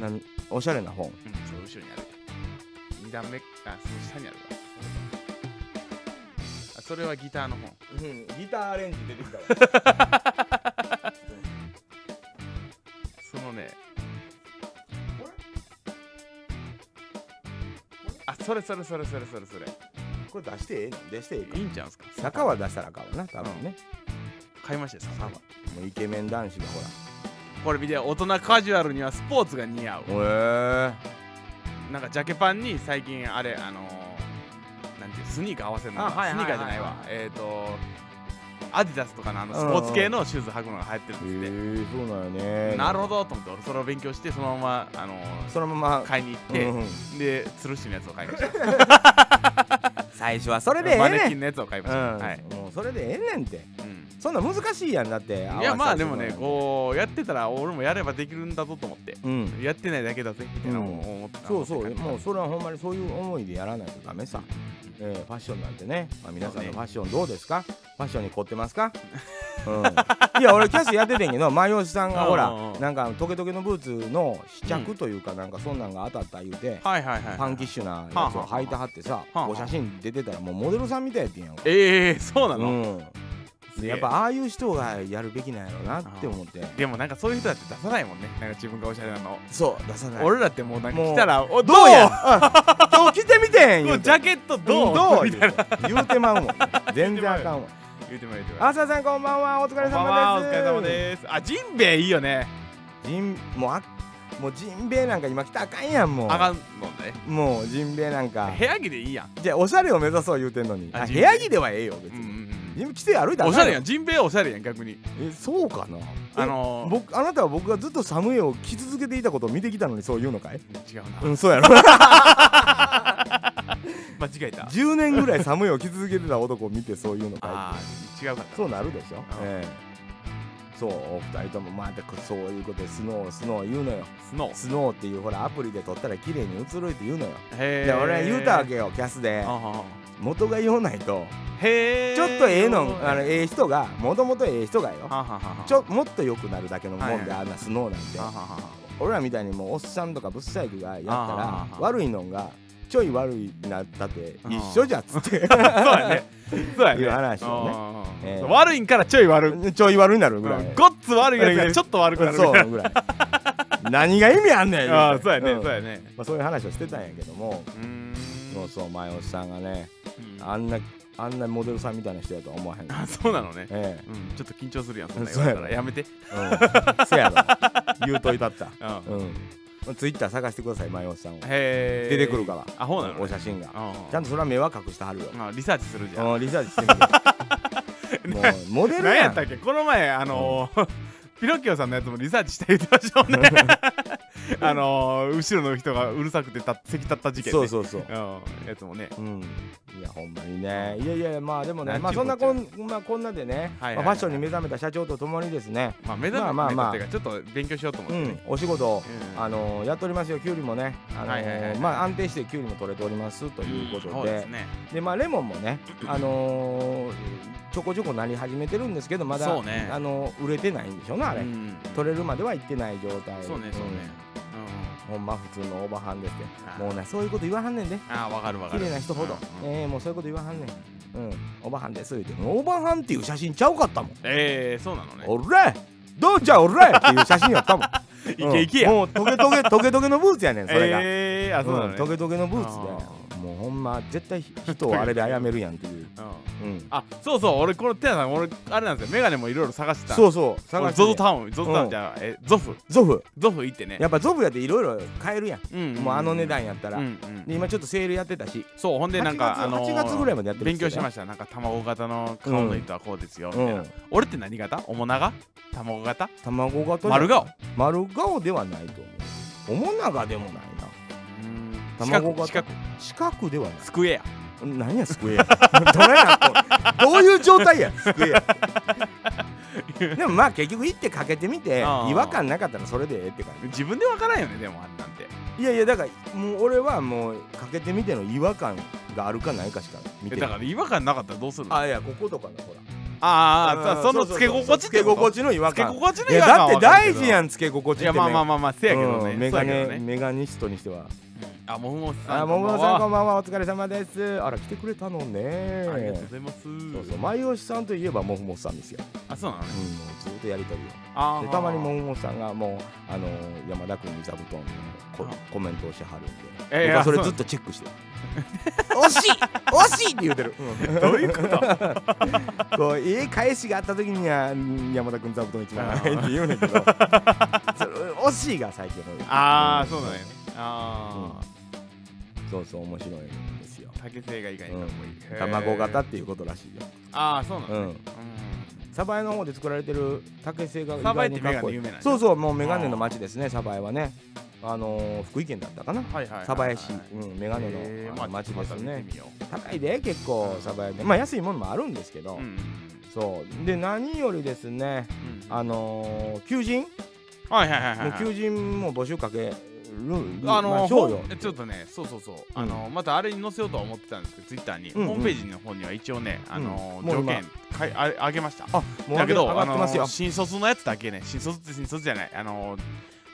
B: 何おしゃれな本
A: その後ろにある二段目あその下にあるわあそれはギターの本
B: うんギターアレンジ出てき たわ
A: そのねあそれそれそれそれそれそれ
B: これ出してええの出してええか
A: いいんちゃうんすか
B: 中は出したらあかんわな多分ね
A: 買いましたよサファリ
B: もうイケメン男子がほら
A: これ見て大人カジュアルにはスポーツが似合う
B: へえ
A: なんかジャケパンに最近あれあのー、なんていうスニーカー合わせるのかな
B: あはい
A: ス
B: はいは
A: ニーカ
B: い
A: ーじゃないわえっ、ー、とアディダスとかのあのスポーツ系のシューズ履くのが流行ってる
B: へ
A: んですって、
B: えそうなんやね
A: なるほどと思って俺それを勉強してそのままあのー、
B: そのまま
A: 買いに行って、
B: うんうん
A: で吊るしのやつを買いました
B: 最初はそれでええ
A: マネ
B: ね
A: キ
B: ん
A: ンのやつを買い
B: う
A: まし
B: ん
A: た、はい、
B: もうそれでええねんって
A: うん
B: そんな難しいやんだって
A: いやまあでもね
B: う
A: こうやってたら俺もやればできるんだぞと思って
B: うん
A: やってないだけだぜみたいなのを思ってた
B: そうそう
A: 思って
B: もうそれはほんまにそういう思いでやらないとダメさ、えー、ファッションなんてね、まあ、皆さんのファッションどうですかファッションに凝ってます か、うん、いや俺キャスやっててんけどマヨシさんがほ
A: うんうん
B: ら
A: うん
B: なんかトゲトゲのブーツの試着というかなんかそんなんが当たった言うて、
A: はいはいはい
B: パンキッシュなやつを履いてはってさ
A: あはあ
B: お写真出てたらもうモデルさんみたいやってんやんか
A: ええそうなの、
B: うん、
A: す
B: で
A: げえ
B: やっぱああいう人がやるべきなんやろうなって思って
A: でもなんかそういう人だって出さないもんねなんか自分がおしゃれなの、
B: そう出さない
A: 俺らってもうなんか
B: もう
A: 来たらおど
B: どう
A: う
B: や
A: や
B: うん 今日着てみてん
A: も
B: 言
A: う
B: う
A: ジ
B: て
A: ャケットどう
B: どう
A: みたいな
B: 言うて言うてまうもん全然あかんわ
A: 言うてもらえてもらえ
B: あささんこんばんはお疲れ
A: こんばんは
B: 様
A: お
B: です
A: 疲れ様ですあジンベエいいよね
B: ジンもうあもうジンベエなんか今着たらあかんやんもう
A: あかんのね
B: もうジンベエなんか
A: 部屋着でいいやん
B: じゃあおしゃれを目指そう言うてんのに
A: あ
B: あ
A: ジ
B: 部
A: ンベエ
B: 屋着ではええよ別
A: うんう
B: に
A: ん
B: ジン着て歩いた
A: う
B: ら
A: んお
B: あ
A: し
B: か
A: ゃ
B: ん
A: れやんジンベエはおしゃれやん逆に
B: えそうかな
A: あのー、
B: 僕あなたは僕がずっと寒いを着続けていたことを見てきたのにそう言うのかい
A: 違うな、
B: うんそうやろ
A: 間違えた
B: 10年ぐらい寒いを着続けてた男を見てそういうのか
A: あー違うかっ
B: い
A: た
B: そうなるでしょ
A: あ、
B: ええそうお二人ともまたそういうことでスノースノー言うのよ
A: スノー
B: スノーっていうほらアプリで撮ったら綺麗に映るって言うのよ
A: へ
B: で俺は言うたわけよキャスで
A: あ
B: 元が言わないと
A: ーへえ
B: ちょっとええのあのええ人がもともとええ人がよ
A: はははは
B: ちょもっと良くなるだけのもん
A: はい
B: で
A: はい
B: あんなスノーなんて
A: はははは
B: 俺らみたいにもうおっさんとかぶっさいくがやったら
A: あー
B: 悪いのんがちょい悪いなったって
A: あー
B: 一緒じゃっつって
A: そうやね。そうやね。
B: いう話をね
A: うん
B: ええ
A: 悪いんからちょい悪 い。
B: ちょい悪になる
A: ご
B: ぐらい。
A: っつ悪いやつがちょっと悪くなるみ
B: そ
A: た
B: う
A: い
B: ぐらい。何が意味あんねん。
A: な。ああ、そうやね
B: ん、
A: そうやね。
B: まあそういう話をしてたんやけども、
A: うーん
B: そうそう前押さんがね、
A: うん
B: あんなあんなモデルさんみたいな人やとは思わへん。
A: あ、 そうなのね。
B: え
A: うん、ちょっと緊張するやん、そんなん言われた
B: そうや
A: ら。
B: ね
A: やめて。
B: え、うん、せやろ。言うといたった。
A: うん
B: うん。まあツイッター探してください前押さんを。
A: へえ。
B: 出てくるから。
A: あ、ほうなの
B: お
A: ね
B: 写真が。
A: あ
B: ちゃんとそれは目は隠してはるよ。
A: ああリサーチするじゃん。
B: うんリサーチして みて。もうモデル
A: 何や
B: やん
A: ったっけこの前、あのー、ピノッキオさんのやつもリサーチして言ってましたもんね。あのー後ろの人がうるさくてた席立った事件、ね、
B: そうそうそう
A: うんやつもね
B: うん、いやほんまにねいやいやまあでも
A: な
B: ね
A: ん
B: まあ
A: ちゅ
B: そんな
A: うこっちゃ
B: こん,、まあ、こんなでね、
A: はいはいはい
B: まあファッションに目覚めた社長とともにですね、
A: まあ目覚め
B: まあまあまあ
A: 目覚めたっていうかちょっと勉強しようと思っ
B: う
A: て
B: ん、お仕事を、
A: うん
B: あのやっておりますよキュウリもね、あの
A: はいはいはいはい
B: まあ、安定してキュウリも取れておりますということ
A: そう
B: で,、
A: ですね
B: でまあ、レモンもね、あのーちょこちょこなり始めてるんですけどまだ、
A: そうね
B: あの売れてないんでしょうなあれ、
A: うん
B: 取れるまではいってない状態
A: そうねそうね
B: うんほんま普通のオーバーハンですけ
A: あ
B: どもうねそういうこと言わはんねんで
A: うんああわかるわか
B: 綺
A: る
B: 麗な人ほど、
A: うんうん
B: えーもうそういうこと言わはんねん、うん、オバハンです言うてオバハンっていう写真ちゃうかったもん
A: ええそうなのね
B: おらどうじゃおらっていう写真やった もん
A: いけいけや
B: うんもうトゲトゲ トゲトゲのブーツやねんそれが、
A: ええあそうなの
B: うん
A: ね
B: トゲトゲのブーツ
A: あ
B: でもうほんま絶対人をあれで殺めるやんっていう、
A: うん
B: うん、
A: あそうそう俺このテラさん俺あれなんですよメガネもいろいろ探してた
B: そううそう探して
A: ゾゾタウンゾゾタウンじゃないえゾフ
B: ゾフ
A: ゾフ行ってね
B: やっぱゾフやっていろいろ買えるやん、
A: うん
B: もうあの値段やった、
A: から
B: で今ちょっとセールやってたし
A: そうほんでなんか
B: 8
A: あの
B: 月8月ぐらいまでやってるん
A: 勉
B: ですよね
A: 強しましたなんか卵型の顔の人はこうですよみたいな
B: うん
A: 俺って何型面長卵型
B: 卵型じゃ
A: 丸顔
B: 丸顔ではないと思う面長でもないな
A: 四
B: 卵
A: 角
B: 型
A: 四角
B: 四角ではない
A: スクエア
B: 何やスクエア どれやこれどういう状態やスク エアでもまあ結局行ってかけてみて
A: あー
B: 違和感なかったらそれでええって感
A: 自分でわからんよねでもあんなんて
B: じいやいやだからもう俺はもうかけてみての違和感があるかないかしか見て
A: えだから違和感なかったらどうするのあ
B: あいやこことかなほら
A: あーその
B: うう
A: つけ心地っ
B: つけ
A: てこと
B: 心地の違和
A: つけ
B: 感
A: 心地の
B: い
A: 違
B: や
A: 和感
B: だ
A: は
B: って
A: わかるけ
B: 大
A: ど
B: 事やんつけ心地っ
A: い
B: て
A: やまあまあ
B: あ
A: まあまあせやけどね
B: メ
A: そ
B: ガ
A: うやけど
B: ネ
A: ね
B: メガニストにしては
A: あもぐもぐさん
B: あももさんこ
A: は
B: んばんはお疲れ様ですあら来てくれたのね
A: ありがとうございます
B: そうそう前吉さんといえばもふもふさんですよ、
A: あそうなのね
B: うん、もうずっとやりとり
A: あ
B: をで
A: ー
B: たまにもふもふさんがもうあのー山田君に座布団のこ
A: あ
B: コメントをしはるんで、
A: えー
B: 僕はそれ
A: あ
B: ず
A: そう
B: っとチェックしてる惜しい惜しいって言うてる、
A: どうい うこと
B: こういい返しがあった時にはうん山田君座布団一番長いって言うねんけ どそれ惜しいが最近多い
A: ああそうだねあ
B: そうそう面白いんですよ
A: あ竹製が以外にかっこいいへー
B: 卵型っていうことらしいよ、
A: ああそうなの
B: う
A: ね
B: ん、サバエの方で作られてる竹製が意
A: 鯖江
B: 外
A: って
B: にかっこい
A: メ
B: い
A: ガネ有名なんや
B: そうそうもうメガネの町ですねサバエはねあのー福井県だったかな
A: うんはいはいはいはい
B: サバエ市、うん、メガネ
A: へー
B: の
A: ま
B: あ
A: あ
B: の町です
A: ちょっとまた見
B: ね
A: てみよ
B: 高いで結構サバエまあ安いものもあるんですけど、
A: ううん
B: そうで何よりですね
A: うん
B: あのー求人
A: はいはいはいはい
B: もう
A: はい
B: 求人も募集かける
A: あ
B: ま
A: の
B: しょう
A: ほ
B: よ
A: んちょっとねそうそうそうあのまたあれに載せようとは思ってたんですけどツイッターに
B: うんうん
A: ホームページの方には一応ねあの
B: うんもう
A: 条
B: 今
A: 件かいああげました
B: あもう
A: だけど
B: 上がってますよ
A: あの新卒のやつだけね新卒って新卒じゃないあの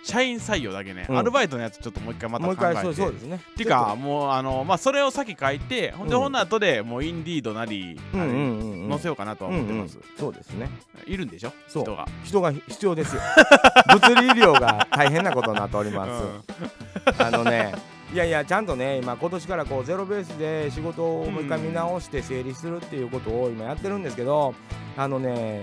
A: 社員採用だけね、
B: うん
A: アルバイトのやつちょっともう一回また
B: もう
A: 考
B: 一回
A: えて
B: そうそうですね
A: っていうかもうあのまあそれを先書いてほんで
B: うん
A: ほんの後でもうインディードなり、
B: う
A: あ
B: ん
A: れ
B: うんうんうん
A: 載せようかなとは思ってます、
B: うんうんそうですね
A: いるんでしょ
B: そう
A: 人が
B: 人が必要ですよ 物理医療が大変なことになっております、あのねいやいやちゃんとね今今年からこうゼロベースで仕事をもう一回見直して整理するっていうことを今やってるんですけどあのね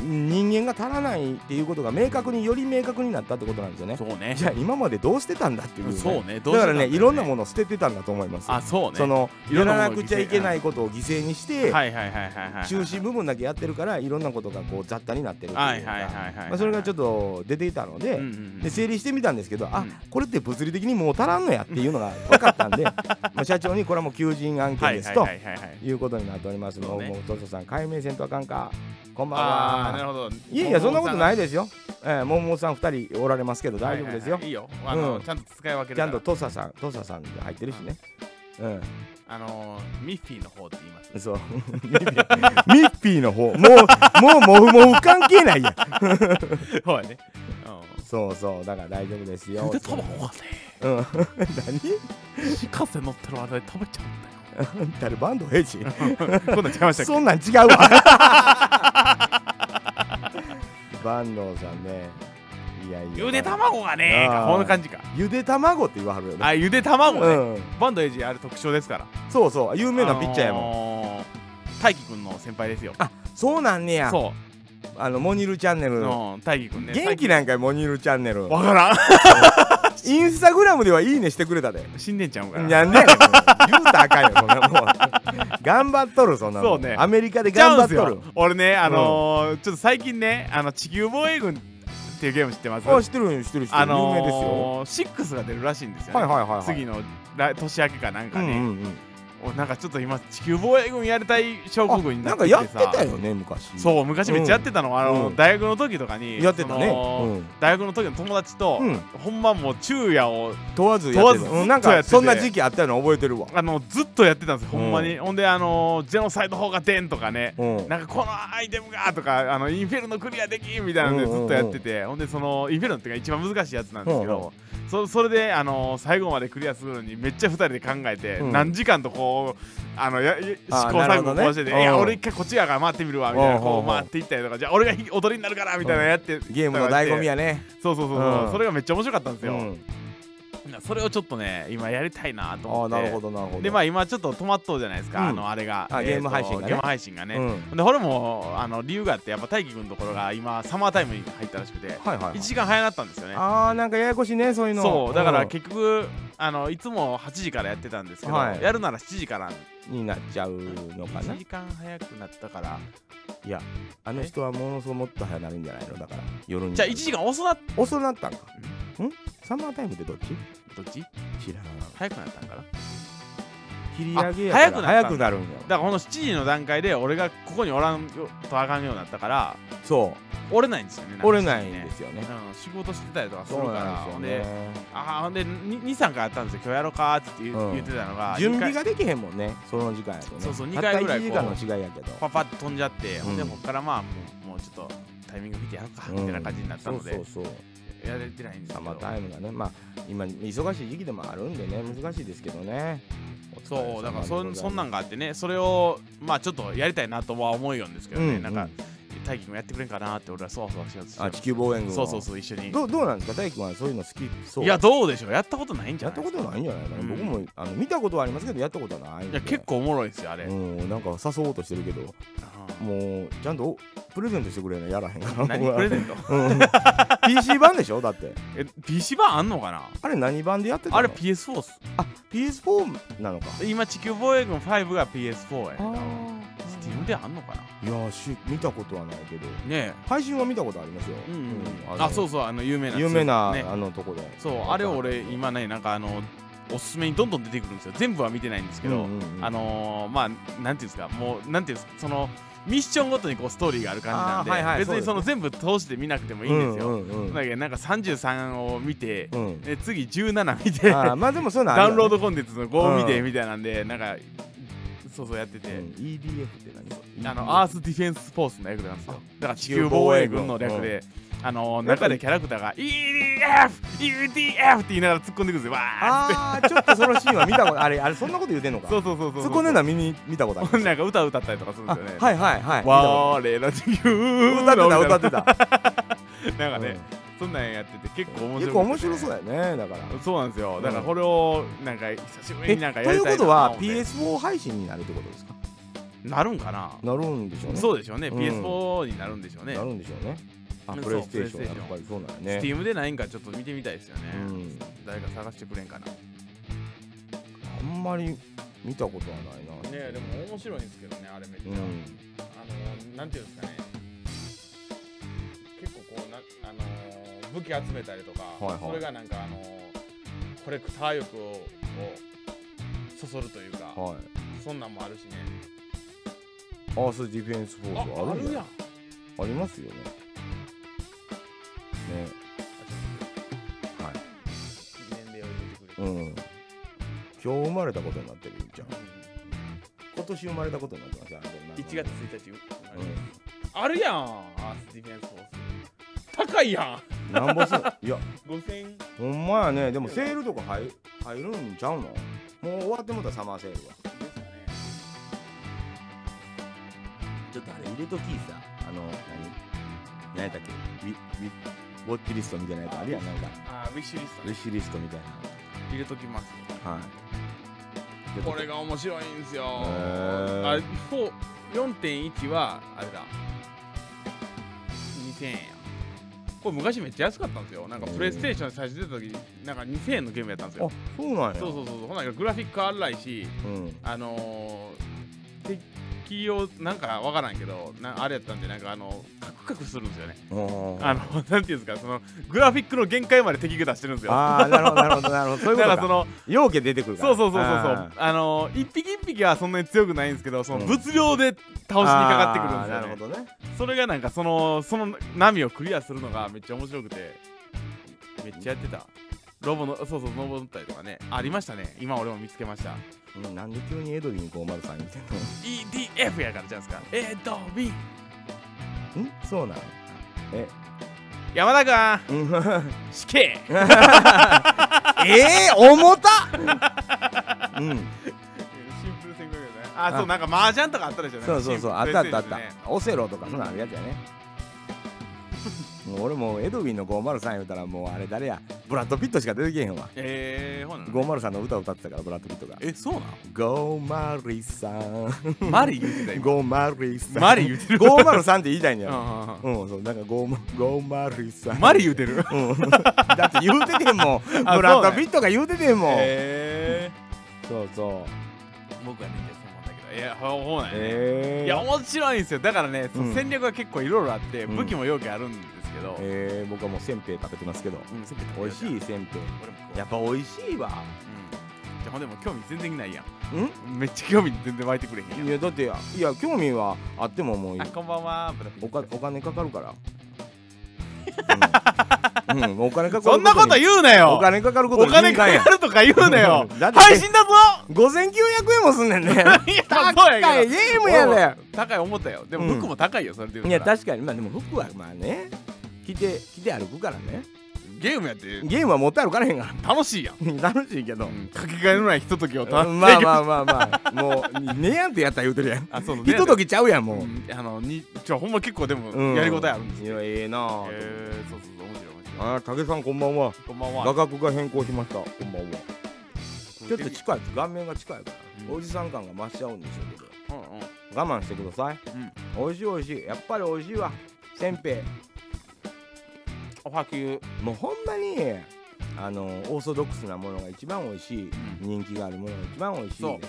B: 人間が足らないっていうことが明確により明確になったってことなんですよね
A: そうね
B: じゃあ今までどうしてたんだっていう,、
A: そうねど
B: だか
A: うしてた
B: ら
A: ん
B: ねいろんな
A: の
B: ものを捨ててたんだと思います、
A: あそうね
B: その
A: い
B: や
A: ろんな
B: ら
A: ものを
B: なくちゃいけないことを犠牲にして、
A: はいはいはいはいはい
B: 中心部分だけやってるからいろんなことがこう雑多になってるっていうか
A: はいはいはいはいはい
B: まあそれがちょっと出ていたので、
A: うんうんうん
B: で整理してみたんですけど、あ
A: うん
B: これって物理的にもう足らんのやっていうのが分かった んでまあ社長にこれはもう求人案件ですと
A: はいはいはいはいはい
B: いうことになっております
A: そ
B: も
A: う
B: う
A: ね
B: もうトシさん解明せんとあかんかこんばん
A: ああな
B: は
A: るほど
B: いやいやそんなこと
A: い
B: ないですよえーもももさん2人おられますけど大丈夫ですよ、
A: はいはいはいいいよあの、
B: うん
A: ちゃんと使い分け
B: ち
A: るか
B: ゃ
A: ら
B: んとトサさんトサさんが入ってるしねうん
A: あのーミッフィーの方って言います
B: そう ミッフィーミッフィーの方もうもうもふもふ関係ないやん
A: そうやね
B: そうそうだから大丈夫ですよ
A: うんでタバコがね
B: うん 何
A: 死活で乗ってる間に食べちゃうんだよ
B: 誰バンドヘイジ
A: 今度違いましたっけ
B: そんなん違うわ バンドさんねいやいや
A: ゆで卵がね
B: あー
A: こんな感じか
B: ゆで卵って言わはるよね
A: あゆで卵ね、
B: うん
A: バンドエイジあれ特徴ですから
B: そうそう有名なピッチャーやもん、
A: もん大輝くんの先輩ですよ
B: そうなんねや
A: そ
B: あのモニルチャンネ
A: う、
B: ル
A: うん、大輝くんね
B: 元気
A: な
B: なんかいモニルチャンネル
A: わからん
B: インスタグラムではいいねしてくれたで
A: 死んでんちゃうから
B: なんでやねんそれ言うたらあかんよそんなもん頑張っとるそんなもん
A: そうね
B: アメリカで
A: ち
B: 頑
A: ゃう
B: 張
A: ん
B: っと
A: すよ
B: る
A: 俺ねあのーちょっと最近ねあの地球防衛軍っていうゲーム知ってます
B: あ知ってる知ってる知ってる、
A: あ
B: 有名ですよ
A: のー、シックスが出るらしいんですよ、
B: は
A: ね
B: いはいはい、はい、
A: 次の来年明けかなんか
B: うん
A: に、
B: うんうん
A: おなんかちょっと今地球防衛軍やりたい症候群に
B: あな
A: なっ
B: んか
A: てき
B: や
A: て
B: って
A: さ
B: たよね昔
A: そう昔めっちゃやってたの,、あ
B: う
A: の
B: ん
A: 大学の時とかに
B: やってたね、
A: その
B: うん、
A: 大学の時の友達と、
B: うん
A: ほんまもう昼夜を
B: 問わずやって
A: 問わずずっと
B: たうんなん
A: や
B: か
A: ってて
B: そんな時期あったの覚えてるわ
A: あのずっとやってたんですよほんまに、ほんであのージェノサイド法が出んとかね
B: うん
A: なんかこのアイテムがとかあのインフェルノクリアできんみたいなので
B: うんうんうん
A: ずっとやってて、ほんでそのインフェルノっていうか一番難しいやつなんですけど、そそれで、あのー最後までクリアするのにめっちゃ2人で考えて、
B: うん
A: 何時間とこうあのやや試
B: あー
A: 行
B: なる
A: 錯
B: ほど
A: 誤
B: ね
A: こうしてて「
B: うん
A: いや俺一回こっち側から回ってみるわ」みたい
B: う
A: な、
B: んうん
A: こ
B: うん
A: う回っていったりとか「じゃあ俺が踊りになるから」みたいなのやって、
B: ゲームの醍醐味やね
A: そうそうそうそう、
B: うん
A: それがめっちゃ面白かったんです
B: う
A: よ、
B: ん
A: それをちょっとね今やりたいなと
B: あ
A: 思
B: あ
A: って
B: なるほどなるほど
A: でまあ今ちょっと止まっとうじゃないですか、
B: うん
A: あのあれが
B: あ
A: えと
B: ゲーム配信がね
A: ゲーム配信がね、
B: うん
A: で俺もあの理由があってやっぱ大輝くんのところが今サマータイムに入ったらしくて
B: はいはいはい
A: 1時間早なったんですよね
B: ああなんかややこしいねそういうの
A: そうだから
B: ん
A: 結局あのいつも8時からやってたんですけど、
B: はい
A: やるなら7時から
B: になっちゃうのかな
A: 1時間早くなったから
B: いやあの人はものすごくもっと早なるんじゃないのだから夜に
A: じゃあ1時間遅なっ
B: 遅なったんかんサマータイムってどっち
A: どっち
B: 知らん
A: 早くなったんかなだか
B: 切り上げや
A: あ早
B: から
A: くなった
B: 早くなるんや
A: らこの7時の段階で俺がここにおらんよとあかんようになったから
B: そ
A: 折れないんですよね
B: う折れないんですすよね
A: うん、仕事してたりとかする
B: そう
A: から
B: なんですよね
A: ああほんで23回あったんですよ今日やろうかーって言,、
B: うん
A: 言ってたのが
B: 準備
A: 一回
B: ができへんもんねその時間やとね
A: そうそう二回ぐらいこう
B: たった1時間の違いやけど
A: パパッと飛んじゃって、ほんで
B: うん
A: こっからまあもうもうちょっとタイミング見てやろうかみたいな感じになったので、
B: そうそうそう
A: やれてないんです
B: サ
A: け
B: マー
A: ど
B: タイムがねまあ今忙しい時期でもあるんでね難しいですけどね
A: そうだから
B: お疲れ様でございま
A: そん
B: す
A: そんなんがあってねそれをまあちょっとやりたいなとは思うようんですけどね、
B: うん
A: なんか大輝くんやってくれんかなって俺はそわそわしようとして
B: あ地球防衛軍
A: そうそう
B: う
A: そう一緒に
B: どうどうなんですか大輝はそういうの好きそう
A: い
B: い
A: やどうでしょうやったことないんじゃ
B: や
A: な
B: っ
A: い
B: たことないんじゃないかな、
A: うん
B: 僕もあの見たことはありますけどやったことはないん
A: い
B: で
A: や結構おもろいですよあれ、
B: うんなんか誘おうとしてるけど
A: う
B: もうちゃんとおプレゼントしてくれないやらへんから
A: ん何プレゼ ント
B: うん PC 版でしょだって
A: え PC 版あんのかな
B: あれ何版でやってたの
A: あれ PS4 っす
B: あ PS4 なのか
A: 今地球防衛軍5が PS4 や
B: あ
A: な
B: ー
A: Steam であんのかない
B: やーし見たことはないけど
A: ね
B: 配信は見たことありますよ、
A: えうん、うん
B: の
A: あそうそうあの有名な
B: 有名な、
A: ね
B: あのとこで
A: そうあれを俺今ねなんかあのおすすめにどんどん出てくるんですよ全部は見てないんですけど、
B: うんうんうん
A: あのー、まあなんていうんですかもうなんていうんですかそのミッションごとにこうストーリーがある感じなんで、
B: あーはいはい
A: 別にそ
B: そう
A: の
B: で
A: 全部通して見なくてもいいんですよ、
B: うんうんうん
A: だけどなんか33を見て、
B: うん
A: で次17見て
B: あーまあでもそういうのある
A: ダ
B: よね
A: ウンロードコンテンツの5を見て
B: うん
A: みたいなんで、なんかそうそうやってて、
B: うん EDF って何
A: あのアー
B: ス
A: スディフェンスフォースの略なんですよだから地
B: 地
A: 球
B: 球防
A: 防
B: 衛
A: 衛
B: 軍
A: 軍の略で、あの
B: ん
A: 中でキャラクターが EDF! EDF! って言いながら突っ込んでくるんですよわーって
B: あーちょっとそのシーンは見たことあれあれそんなこと言うてんのか
A: そうそうそうそう
B: そこねな見に見たことある
A: なんか歌歌ったりとかするんで
B: あ
A: すよね
B: はいはいはい
A: 我ら地球
B: 見たことある歌ってた歌ってた
A: てたなんかね、そんなんやってて結構
B: うん
A: 面白い、
B: 結構面白そうやねだから
A: そうなんですよだからこれをなんか久しぶり
B: え
A: に
B: と
A: なんかや
B: い
A: り
B: う
A: たい
B: こと
A: なと思っ
B: は
A: て
B: PS4 配信になるってことですか
A: なるんかな
B: なるんでしょうね
A: そうでしょうね、
B: うん
A: PS4 になるんでしょうね
B: なるんでしょうねあ
A: うん
B: プレイステーション
A: そう
B: やっぱりそうなのね
A: Steam でないんかちょっと見てみたいですよね、
B: うん
A: 誰か探してくれんかなね
B: あんまり見たことはないな
A: でも面白いんですけどねあれめっち
B: う
A: ゃ、
B: ん
A: あのなんていうんですかね結構こうなあの武器集めたりとか、
B: はいはい
A: それがなんかあのコレクター欲ををそそるというか、
B: はい
A: そんなんもあるしね
B: アースディフェンスフォースあるんだ
A: ん
B: ありますよねねはい
A: 年齢を入れてく
B: う
A: れる、
B: ん今日生まれたことになってるじゃん
A: う
B: 今年生まれたことになってますあれでもなん
A: ん、
B: か
A: 1月1日、
B: うん
A: あるやんアースディフェンスフォース高いやん
B: なんぼそう いや
A: 5000
B: ほんまやねでもセールとか入入るんちゃうのもう終わってもうたサマーセールは
A: ですかね
B: ちょっとあれ入れときさあの何何やったっけウィウィウォッチリストみたいなやつあるやんなんか
A: あーウィッシュリスト
B: ウ
A: ね
B: ィッシュリストみたい
A: 入れときます
B: なはいで
A: これが面白いんですよ。
B: ー
A: あれ、4 4.1はあれだ。2000円や。これ昔めっちゃ安かったんですよ。なんかプレイステーションで最初出た時になんか2000円のゲームやったんです
B: あ
A: よ。
B: そうなんや
A: そうそうそうそう。ほんならグラフィック荒いし、
B: うん
A: あのー、敵木をなんかわからんけどなあれやったんでなんかあのカクカクするんですよねあ
B: あ
A: のなんていうんですかそのグラフィックの限界まで敵が出してるんですよ
B: あーなるほどなるほどなるほどそうい
A: だ
B: うこ
A: か
B: とから
A: その
B: 容器出てくるから
A: そうそうそうそうそうあ
B: あー
A: の一匹一匹はそんなに強くないんですけどそ
B: う
A: の
B: ん
A: 物量で倒しにかかってくるんで
B: あ
A: すよ、ね
B: ーなるほどね
A: それがなんかそのその波をクリアするのがめっちゃ面白くてめっちゃやってたロボのそうそうロボ乗ったりとかねありましたね今俺も見つけました
B: うんなんで急にエドウィン503みたい
A: EDF やからじゃないですかえっと B
B: なのんそうなのえ
A: 山田か
B: うん
A: 死刑
B: えー、重たうん
A: シンプル戦略だね あそうなんか麻雀とかあったでしょなん
B: そ
A: か
B: うそう そうあ
A: シン
B: っ
A: プル
B: たあったあった、
A: 戦略ね
B: オセロとかそんなんあるやつやねもう俺もうエドウィンの503言うたらもうあれ誰やブラッド・ピットしか出てけへんわ
A: えー、ほな
B: 503の歌歌ってたからブラッド・ピットが
A: えそうな
B: 「ゴーマリさん
A: んマリ言ってた」今
B: ゴーマリさん
A: マリ言ってる
B: 503って言いたいん
A: う
B: だ
A: ん
B: よ
A: うんうん
B: うんそうなんかゴーマゴーマリさん
A: マリ言うてる
B: うんだって言うててんもんブ
A: あ
B: ラッド・ピットが言うててんもん、
A: え
B: そうそう
A: ー、僕はねじゃそうなんだけどいやほほうなんやね、
B: えー、
A: いや面白いんですよだからね、その
B: うん
A: 戦略が結構いろいろあって、
B: うん
A: 武器も容器あるんですけど、
B: えー、僕はもうせんべい食べてますけど
A: うん全部食べ
B: 美
A: よう
B: 味しいせんべい
A: 俺もこう
B: やっぱ美味しいわ
A: うんじゃあほんでもう興味全然ないや
B: ん
A: んめっちゃ興味全然湧いてくれへんやん
B: いやだっていや興味はあってももう
A: あこんばんはブラピ
B: お
A: ット
B: かお金かかる からうん、うんお金かかる
A: そんなこと
B: う
A: 言うな
B: お
A: よ
B: 金かかること
A: お
B: に
A: 金
B: 敏
A: か
B: 感や
A: かるとか言うなよ
B: だって
A: 配信だぞ
B: 5900円もすんねん ね
A: いや
B: 高いゲームやで、
A: ね高い思ったよでも
B: うん
A: 服も高いよそれで言
B: いうや
A: たら
B: 確かにまあでも服はまあね着て着て歩くからね
A: ゲームやって
B: ゲームは持って歩かれへんか
A: 楽しいやん
B: ら 楽しいけど、
A: うんかけがえのないひとときを
B: まあ
A: 楽
B: まあまあまあもうねやんってやったら言うてるやん
A: あそうそう
B: ひとときちゃうやんもう、
A: うんあのにちょほんま結構でも
B: うん
A: やりごたえあるんです
B: い
A: よ
B: やええなあ、
A: えーそうそうそう面白い面白い
B: あー武さんこんばんは
A: こんばんは
B: 画角が変更しましたこんばんはちょっと
A: ち
B: 近い顔面が近いから、
A: うん
B: おじさん感が増しちゃうんでしょうけ
A: うんうん
B: ど我慢してください、美味しい美味しいやっぱり美味しいわせんべ
A: おはきゅう
B: いもうほんまにあのオーソドックスなものが一番美味しい、人気があるものが一番美味しいです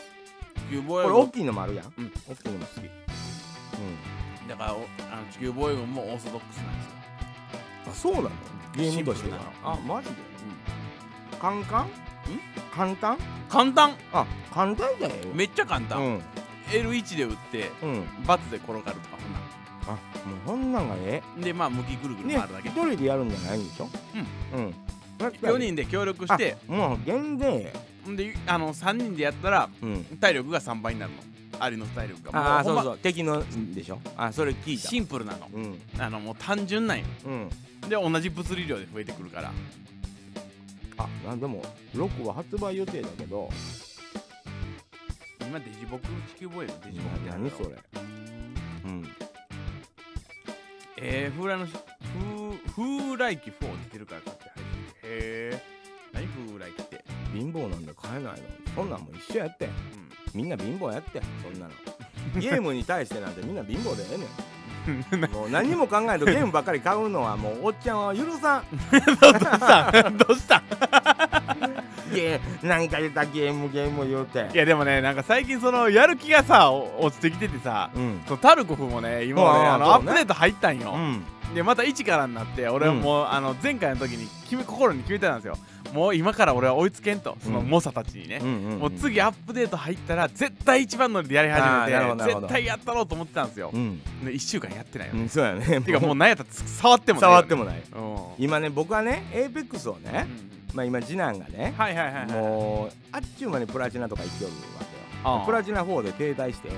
A: 地球防
B: こ
A: 衛
B: れ大
A: 軍
B: きいのもあるやん、
A: うん
B: 大きいのも好きうん
A: だからおあの地球防衛軍もオーソドックスなんですよ
B: あそうなのゲームとしては
A: シンプルなの
B: あマジで簡単簡単
A: 簡単
B: あ簡単だよ
A: めっちゃ簡
B: う
A: 単、
B: ん
A: L1 で打って
B: うん
A: バツで転がるとかほんな
B: あもうこんなんがえ
A: んでまあ向きぐるぐ
B: え
A: る
B: ね
A: 回るだけ、
B: 一人でやるんじゃないんでしょうんうん
A: 4人で協力
B: あ
A: して
B: もう全然え
A: んであの3人でやったら
B: えうん
A: 体力が3倍になるのアリの体力がも
B: ああそう
A: ほんま
B: そう敵のでしょあそれ聞いた
A: シンプルなの
B: うん
A: あのもう単純なんよ
B: うん
A: で同じ物理量で増えてくるから
B: あなんでも6は発売予定だけど
A: 今デジボク地球防衛のデジボクってある
B: 何
A: や
B: そ
A: ろ
B: れうん
A: えー、風来のし風風来機4出てるから買って入ってへえ何風来機って
B: 貧乏なんで買えないのそんなんもう一緒やって
A: うん
B: みんな貧乏やってそんなのゲームに対してなんてみんな貧乏でええ ねんもう何も考えんとゲームばっかり買うのはもうおっちゃんは許さん
A: どうしたん どうしたん
B: ゲーなんか言ったゲームゲーム言うて
A: いやでもねなんか最近そのやる気がさお落ちてきててさ
B: うん
A: そのタルコフもね今ね
B: あー
A: あの
B: そうね
A: アップデート入ったん
B: う
A: よ、
B: ん
A: でまた1からになって俺はもう、あの前回の時に決め心に決めてたんですよもう今から俺は追いつけんとその
B: うん
A: 猛者たちにね、
B: んんん
A: もう次アップデート入ったら絶対一番乗りでやり
B: あーなるほどな
A: 始め
B: る
A: て
B: ほど
A: 絶対やったろうと思ってたんですよ、
B: うん
A: で1週間やってないよ、
B: うんそうやね
A: てかもう何やったらつ触ってもないよね
B: 触ってもない
A: うん
B: 今ね僕はねエーペックスをねまあ今次男がね
A: はいはいはいはい
B: もうあっちゅう間にプラチナとか行きよるわけ
A: あ
B: よ
A: あ
B: プラチナ4で停滞して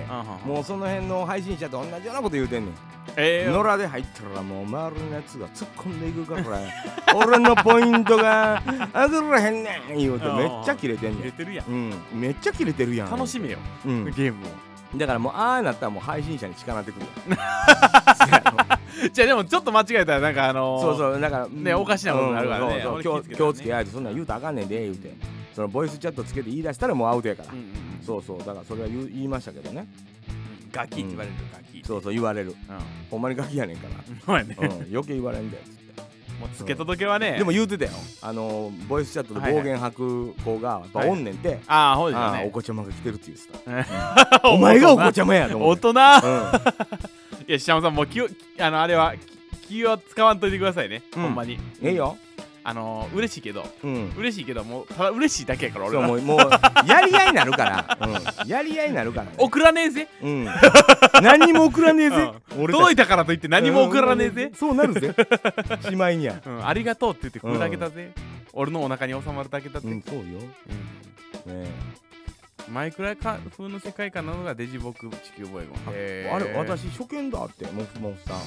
B: もうその辺の配信者と同じようなこと言うてんねん
A: ええ
B: 野良で入ったらもう周りのやつが突っ込んでいくから 俺のポイントが上がらへんねん言うてめっちゃキレてん
A: 入
B: ね
A: れ
B: ん
A: てるやん
B: うんめっちゃキレてるやん
A: 楽しめよ、
B: うん
A: ゲームを
B: だからもうああなったらもう配信者に近なってくる
A: じゃあでもちょっと間違えたらなんかあのー、
B: そうそうだから
A: ねおかしなことになるからね
B: そうそう
A: 俺
B: 気を
A: 気をつけてね
B: 気をつけやでそんなん言うたらあかんねんで言うてそのボイスチャットつけて言い出したらもうアウトやから
A: うんうんうん
B: そうそうだからそれは言う言いましたけどね
A: うんガキって言われるよガキ
B: そうそう言われる
A: うん
B: ほんまにガキやねんから
A: ほんまやね
B: うん余計言われんだよつって
A: もうつけ届けはね
B: でも言うてたよあのボイスチャットで暴言吐く子がやっぱ
A: はい
B: おんねんて、
A: ああほうですよ
B: ああお
A: ね
B: 子ちゃまが来てるって言ってたお前がお子ちゃまやと思
A: 大
B: って、
A: 人い
B: うん
A: やシャムさんもう気をあのあれは気気を使わんといてくださいね、
B: うん
A: ほんまに
B: ええよ、
A: あのー、嬉しいけど
B: うん、
A: 嬉しいけどもうただ嬉しいだけやから俺
B: そう
A: は
B: もうもうやり合いになるから、うん、やり合いになるから、ね
A: 送らねえぜ、
B: うん、何にも送らねえぜ、
A: うん、
B: 俺たち
A: 届いたからといって何も送らねえぜ
B: うん、そうなる ぜしまいにゃ
A: うん、ありがとうって言って食うだけだぜ、俺のお腹に収まるだけだぜ、
B: うんそうよ、ねえ
A: マイクラか風の世界観なのがデジボク地球防衛軍へー
B: あれ私初見だってモフモフさん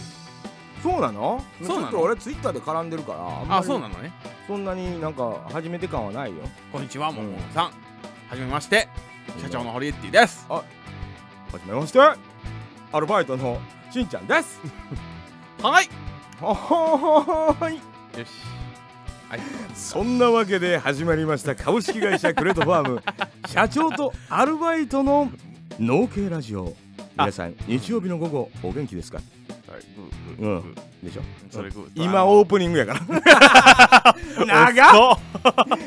B: そうなの
A: そう
B: ち
A: なの
B: ょっと俺ツイッターで絡んでるからあんま
A: あ
B: り
A: そうなのね
B: そんなになんか初めて感はないよ
A: こんにちはもももさんはじめまして社長のホリエッティです
B: はじめましてアルバイトのしんちゃんです
A: はい
B: ははーい
A: よしはい
B: そんなわけで始まりました株式会社クレートファ ーム社長とアルバイトの農系ラジオ皆さん日曜日の午後お元気ですか
A: う
B: うん
A: ん
B: でしょ
A: それグー
B: 今
A: お
B: オープニングやから 長っ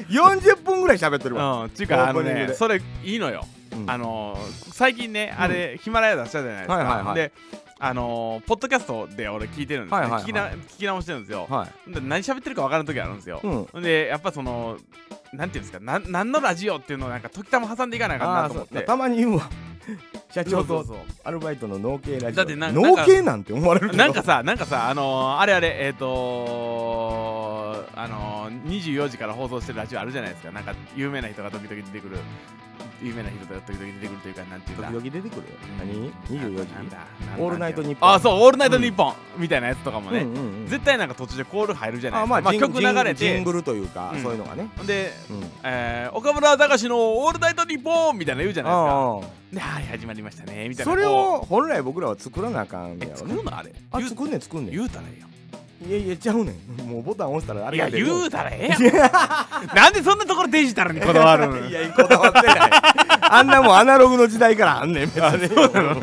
B: 40分ぐらい喋ってるわ、
A: うんっていうかあの
B: オープニング
A: ね
B: で
A: それいいのよ
B: うん
A: あのー最近ねあれヒマラヤ出したじゃないです
B: はいはいは
A: か
B: い
A: であのーポッドキャストで俺聞いてるんですね
B: はいはいはい
A: 聞きな聞き直してるんですよ
B: はい
A: で何喋ってるか分からん時あるんですよ
B: うん
A: でやっぱそのなんていうんですかなん何のラジオっていうのをなんか時たま挟んでいかないかんな
B: あ
A: と思っ
B: ーそ
A: て
B: うたまに言う わ社長
A: そう
B: と
A: そう
B: アルバイトの農系ラジオ
A: だってななんか
B: 農系なんて思われる
A: そう
B: けど
A: なんかさなんかさあのー、あれあれえっ、とあのー、24時から放送してるラジオあるじゃないですかなんか有名な人が時々出てくる有名な人が時々出てくるというかなんていうん
B: 時
A: だ
B: 々出てくるよ何24時
A: なんだ
B: オールナイトニッポン
A: あそうオールナイトニッポン、みたいなやつとかもね、
B: うんうんうん
A: 絶対なんか途中でコール入るじゃない
B: あ
A: ですか
B: まあ、ジン
A: 曲流れ
B: ジンジン
A: て
B: グルというか、
A: うん
B: そういうのがね、
A: ほんで、
B: うん、
A: えー、岡村隆史の「オールナイトニッポン」みたいなの言うじゃないですか
B: あ
A: で、はい、始まりましたね、み
B: ー
A: たいな。
B: それ
A: こ
B: を本来僕らは作らなあかん
A: う、
B: や
A: え、
B: ろ
A: 作
B: ね
A: るのあれ。
B: あ
A: 言う
B: 作んねん作んねん
A: 言うたらええやん。
B: いやいやちゃうねんもうボタン押したらあれ
A: いや、
B: が出る
A: 言うたらええやん。なんでそんなところデジタルにこだわる の
B: いやこだわってないあんなもんアナログの時代からあんねん別にもう
A: も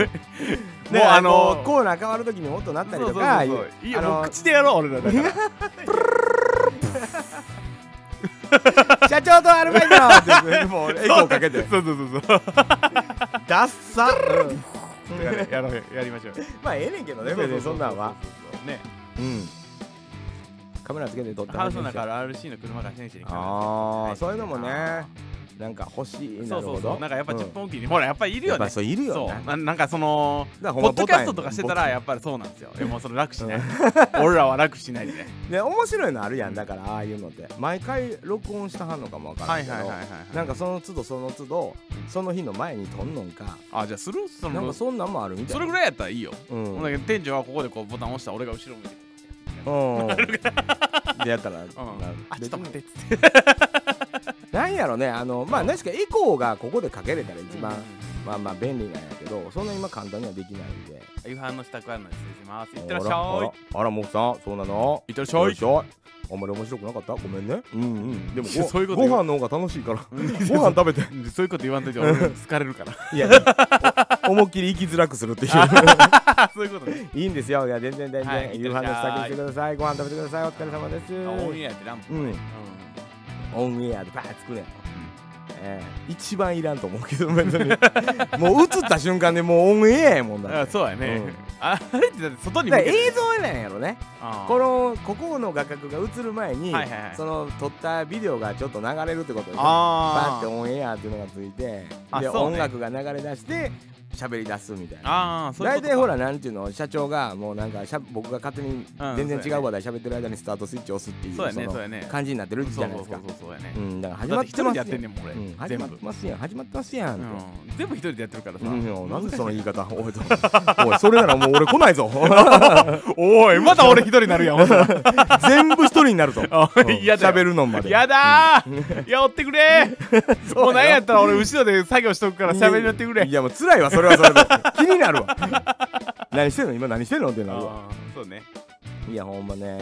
A: うあ
B: あ
A: の
B: のコーナー変わるときに音なったり
A: そう
B: と
A: そう
B: か
A: そうそういや、
B: あの
A: もう口でやろう、俺らだから。
B: 社長とアルバイトのってもうエコーかけて
A: そうそうそうそう。
B: ダッサ
A: だからやろう、やりましょう。
B: まあええねんけどね別にそんなんは。
A: ね、
B: うんカメラつけて撮った
A: ハウスの
B: 話でし
A: 中
B: ょ
A: ある RC の車が選手に来た。
B: あ
A: は
B: あ
A: い
B: そういうのもねなんか欲しいなる
A: そうそ
B: ほ
A: うそ
B: ど
A: う、なんかやっぱ
B: う
A: 10分おきに、ほら、やっぱりいる
B: や
A: よ
B: っぱ
A: ね。
B: そういるよ
A: そ
B: ね
A: う、ななんかその、
B: だからほん
A: ポ
B: ま
A: ッドキャストとかしてた
B: ボタン
A: ら、やっぱりそうなんですよ。いやもうそれ楽しない。俺らは楽しないで。
B: で面白いのあるやんだからああいうのって毎回録音したはんのかもわからんけど
A: い
B: なんかその都度その都度その日の前に撮んのんか
A: あ、じゃあするそ
B: なん
A: の
B: か、そんなんもあるみたいな
A: それぐらいやったらいいよ。
B: うん
A: ほんだけど店長はここでこうボタン押したら俺が後ろ向いて
B: うんでや ったらな
A: あちょっと待ってっつって
B: なんやろねあのまあ確かエコーがここでかけれたら一番まあまあ便利なんやけどそんな今簡単にはできないんで
A: 夕飯の支度案内失礼しますいってらっしゃ
B: あら
A: い
B: あらもくさんそうなの
A: いってらっし
B: よいしょあんまり面白くなかったごめんねうんうんでも
A: いやそういう
B: ご
A: こと
B: ご
A: よ
B: 飯の方が楽しいから ご飯食べて
A: いそういうこと言わんといて俺疲れるから
B: いやお 思いっきり生きづらくするっていう
A: あそういうことね
B: いいんですよいや全然全
A: はい
B: 然夕飯の支度してくださいご飯食べてくださいお疲れ様です
A: オンエアでランプ
B: うん
A: う
B: オンエアでバーッ作るやんええ一番いらんと思うけど別に もう映った瞬間でもうオンエアやもん
A: んあ
B: だって
A: そうやね
B: うん
A: ああれってだって外に
B: だ
A: 向
B: から
A: けて
B: 映像なんやろね
A: あー
B: このここの画角が映る前に、
A: はいはいはい
B: その撮ったビデオがちょっと流れるってことでしょバーっ
A: あ
B: て
A: ー
B: オンエアっていうのがついて
A: あ
B: で、
A: そうね
B: 音楽が流れ出して喋り出すみたいな
A: あーそういうこ
B: 大
A: と
B: 体ほらなんていうの社長がもうなんかしゃ僕が勝手に
A: うん
B: 全然
A: そう
B: 違
A: やね
B: う話題喋ってる間にスタートスイッチ押すっていう
A: そうやね
B: その
A: そうやね
B: 感じになってる
A: そう
B: じ
A: そ
B: ゃ
A: う
B: ない
A: そ
B: で
A: う
B: すか
A: そうやね
B: うんだから始
A: だっ
B: まっ
A: て一
B: て
A: 人
B: ま
A: です
B: や
A: やってんねんもん俺
B: うん始
A: 全
B: ま
A: 部
B: ってますやん始まってますやん
A: うん全部一人でやってるからさ
B: うんなんでその言い 方おいとおいそれならもう俺来ないぞ
A: おいまた俺一人になるやんほんなら
B: 全部一人になるぞ
A: おい嫌だよ
B: 喋るのんまで
A: やだーいや追ってくれ ーもうなんやったら俺後ろで作業しとくから喋り乗ってくれ
B: いやもう辛いわそれはそれで 気になる わ何してんの今何してんのってなるわ
A: あーそうね
B: いやほんまね、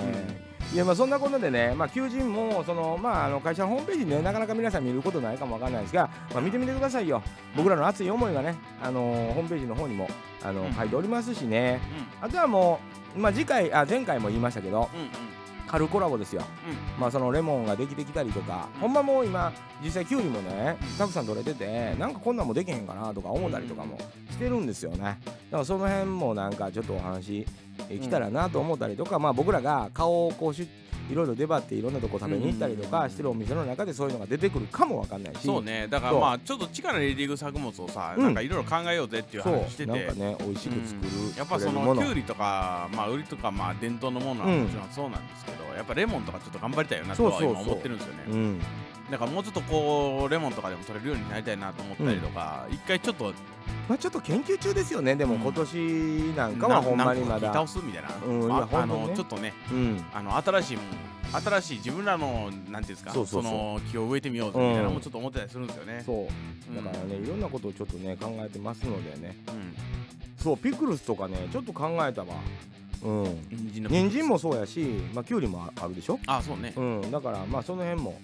B: いやまあそんなことでね、まあ、求人もその、まあ、あの会社のホームページねなかなか皆さん見ることないかもわかんないですが、まあ、見てみてくださいよ僕らの熱い思いがね、あのーホームページの方にも、あの
A: うん
B: 書いておりますしねあとはもう、まあ、次回あ前回も言いましたけど
A: うんうん
B: 必春コラボですよ、まあそのレモンができてきたりとか、ほんまもう今実際キュウリもねたくさん取れててなんかこんなんもできへんかなとか思ったりとかもしてるんですよねだからその辺もなんかちょっとお話できたらなと思ったりとか、まあ僕らが顔をこうしいろいろ出張っていろんなとこ食べに行ったりとかしてるお店の中でそういうのが出てくるかもわかんないし
A: そうねだからまあちょっと力入れていく作物をさ、
B: うん
A: なんかいろいろ考えようぜっていう
B: そう
A: 話してて
B: なんかね美味しく作る、
A: うんやっぱそ
B: 作れるも
A: の
B: の
A: きゅうりとかまあ売りとかまあ伝統のものはもちろんそうなんですけど、やっぱレモンとかちょっと頑張りたいよなと
B: そう
A: は
B: そう
A: 今
B: そう
A: 思ってるんですよね
B: うん
A: だからもうちょっとこうレモンとかでも取れるようになりたいなと思ったりとか、一回ちょっと
B: まあちょっと研究中ですよねでも
A: うん
B: 今年なんかはほんまにま
A: な
B: だ
A: んとか聞き倒すみたいな、
B: うん
A: ま
B: いや
A: あ、
B: ほ
A: あ
B: んまにね
A: のちょっとね
B: うん
A: あの新しいもん新しい自分らのなんていうんですか
B: そうそうそう
A: の木を植えてみようぜみたいなの
B: うん
A: もちょっと思ってたりするんですよね、
B: そう
A: うん
B: だからねいろんなことをちょっとね考えてますのでね
A: うん
B: そうピクルスとかねちょっと考えたわうん
A: 人参の
B: 人参もそうやしまあきゅうりもああるでしょ
A: あそうね
B: うんだからまあその辺も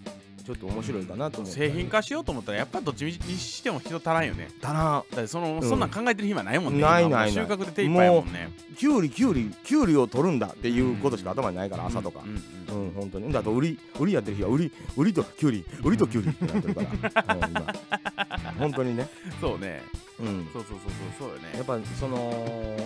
B: ちょっと面白いかなと思って
A: 製品化しようと思ったらやっぱどっちにしても人足らんよね
B: だな
A: だってその、
B: ん
A: そんなん考えてる暇ないもんね
B: ない
A: 今もう
B: ないない
A: 収穫で手一杯やもんね
B: きゅうりきゅうりきゅうりを取るんだっていうことしか頭にないから朝とか
A: うんうん
B: うん、本当に。だと売り、売りやってる日は売り、売りとキュウリ、売りとキュウリってなってる から、うん今本当にね。
A: そうね
B: うん。
A: そうそうそうそうそうよ
B: や
A: ね
B: っぱその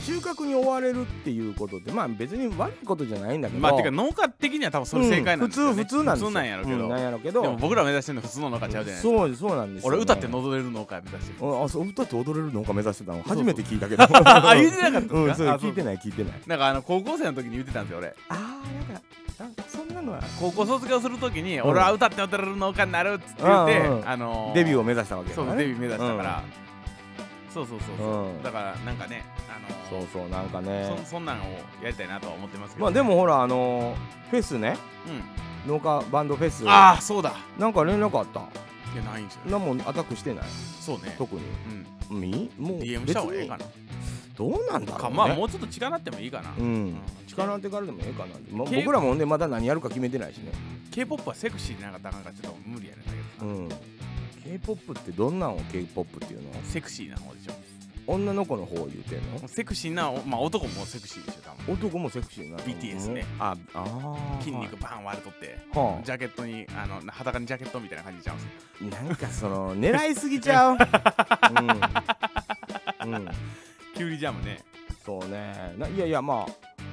B: 収穫に追われるっていうことってまあ別に悪いことじゃないんだけど。
A: まあてか農家的には多分それ正解なんですよ、ね
B: うん普通普通なんですよ。
A: 普通なんやろうけど、
B: うんなんやろうけど。
A: でも僕ら目指してるの普通の農家ちゃうじゃないですか
B: そうそうなんですよね、
A: 俺歌って踊れる農家目指してる
B: うんあそう歌って踊れるのか目指してたの初めて聞いたけど
A: あ言ってなかったんですか
B: うんそれ
A: あそう
B: 聞いてない聞いてない
A: なんかあの高校生の時に言ってたんですよ俺
B: あーなんかあそんなのは
A: 高校卒業する時に
B: ん
A: 俺は歌って踊れる農家になるっつって言って、
B: うんうんうん
A: あのー
B: デビューを目指したわけだ
A: そ
B: から
A: う
B: ね
A: デビュー目指したから、そうそうそうそう、
B: うん
A: だからなんかねあ
B: そ
A: のー
B: うそうなんかね
A: そそんなんをやりたいなとは思ってますけど、
B: まあでもほらあのーフェスね
A: うん、
B: 農家バンドフェス
A: ああそうだ
B: なんか連絡あった
A: いやないんですよ
B: なんもアタックしてない
A: そうね
B: 特に
A: うん
B: みもう
A: DM した方がええか
B: な
A: な
B: どうなんだろう、
A: か
B: ね、
A: まあもうちょっと力なってもいいかな、
B: う
A: うんん
B: 力当てからでもええかなまあ
A: け
B: 僕らもほんでまだ何やるか決めてないしね
A: K-POP はセクシーでなかったらあかんからちょっと無理やねんだけど
B: う
A: さ、
B: ん K-POP ってどんなんを K-POP っていうの
A: セクシーな方でしょ
B: 女の子の方を言うてんの
A: セクシーな、まあ、男もセクシーでしょ多分
B: 男もセクシーなの
A: BTS ね
B: うんああー
A: 筋肉バーン割れとって、
B: は
A: ジャケットにあの裸にジャケットみたいな感じちゃうんですよ
B: あなんかその狙いすぎち ゃううん、うん
A: キュウリジャムね
B: そうねないやいやまあ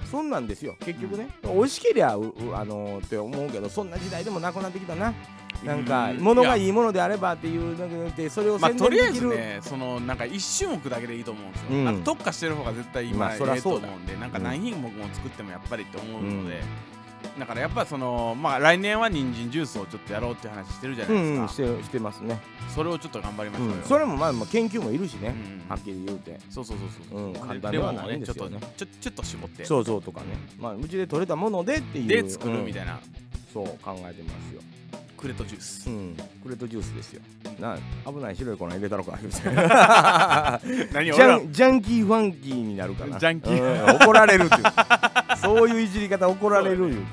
B: そんなんですよ結局ね、美味しけりゃううあのーって思うけどそんな時代でもなくなってきたななんか
A: うん
B: 物が
A: い
B: いいものであればっていうのでそれを
A: やまあ、
B: 宣
A: と
B: 伝
A: りあ
B: で
A: え
B: き
A: ず
B: る、
A: ねそのなんか一種目だけでいいと思うんですよ、
B: うん
A: あと特化してる方が絶対今、
B: まあそりゃ
A: ええと
B: そう
A: 思
B: だ
A: うんでなんか何品目も作ってもやっぱりって思うので、だからやっぱそのまあ来年は人参ジュースをちょっとやろうって話してるじゃな
B: う
A: いです
B: ん
A: か、
B: うんしてしてますね、
A: それをちょっと頑張りまし
B: う
A: ょうよ、
B: ん、それもまあまあ研究もいるし
A: う
B: ね、
A: ん
B: はっきり言うて
A: そうそうそうそう、
B: うん簡単ではないんですよね
A: レモンをねちょっとちょちょっと絞って
B: そうそうとかねまあうちで取れたものでっていう
A: で作るみた
B: い
A: いな、
B: な、そう考えてますよ
A: クレートジュース、
B: うんクレートジュースですよな危ない白い粉入れたのか言う て
A: 何
B: ジ
A: 俺ら
B: ャンジャンキーファンキーになるかな
A: ジャンキー
B: うん怒られるっていうそういういじり方怒られる言うてんの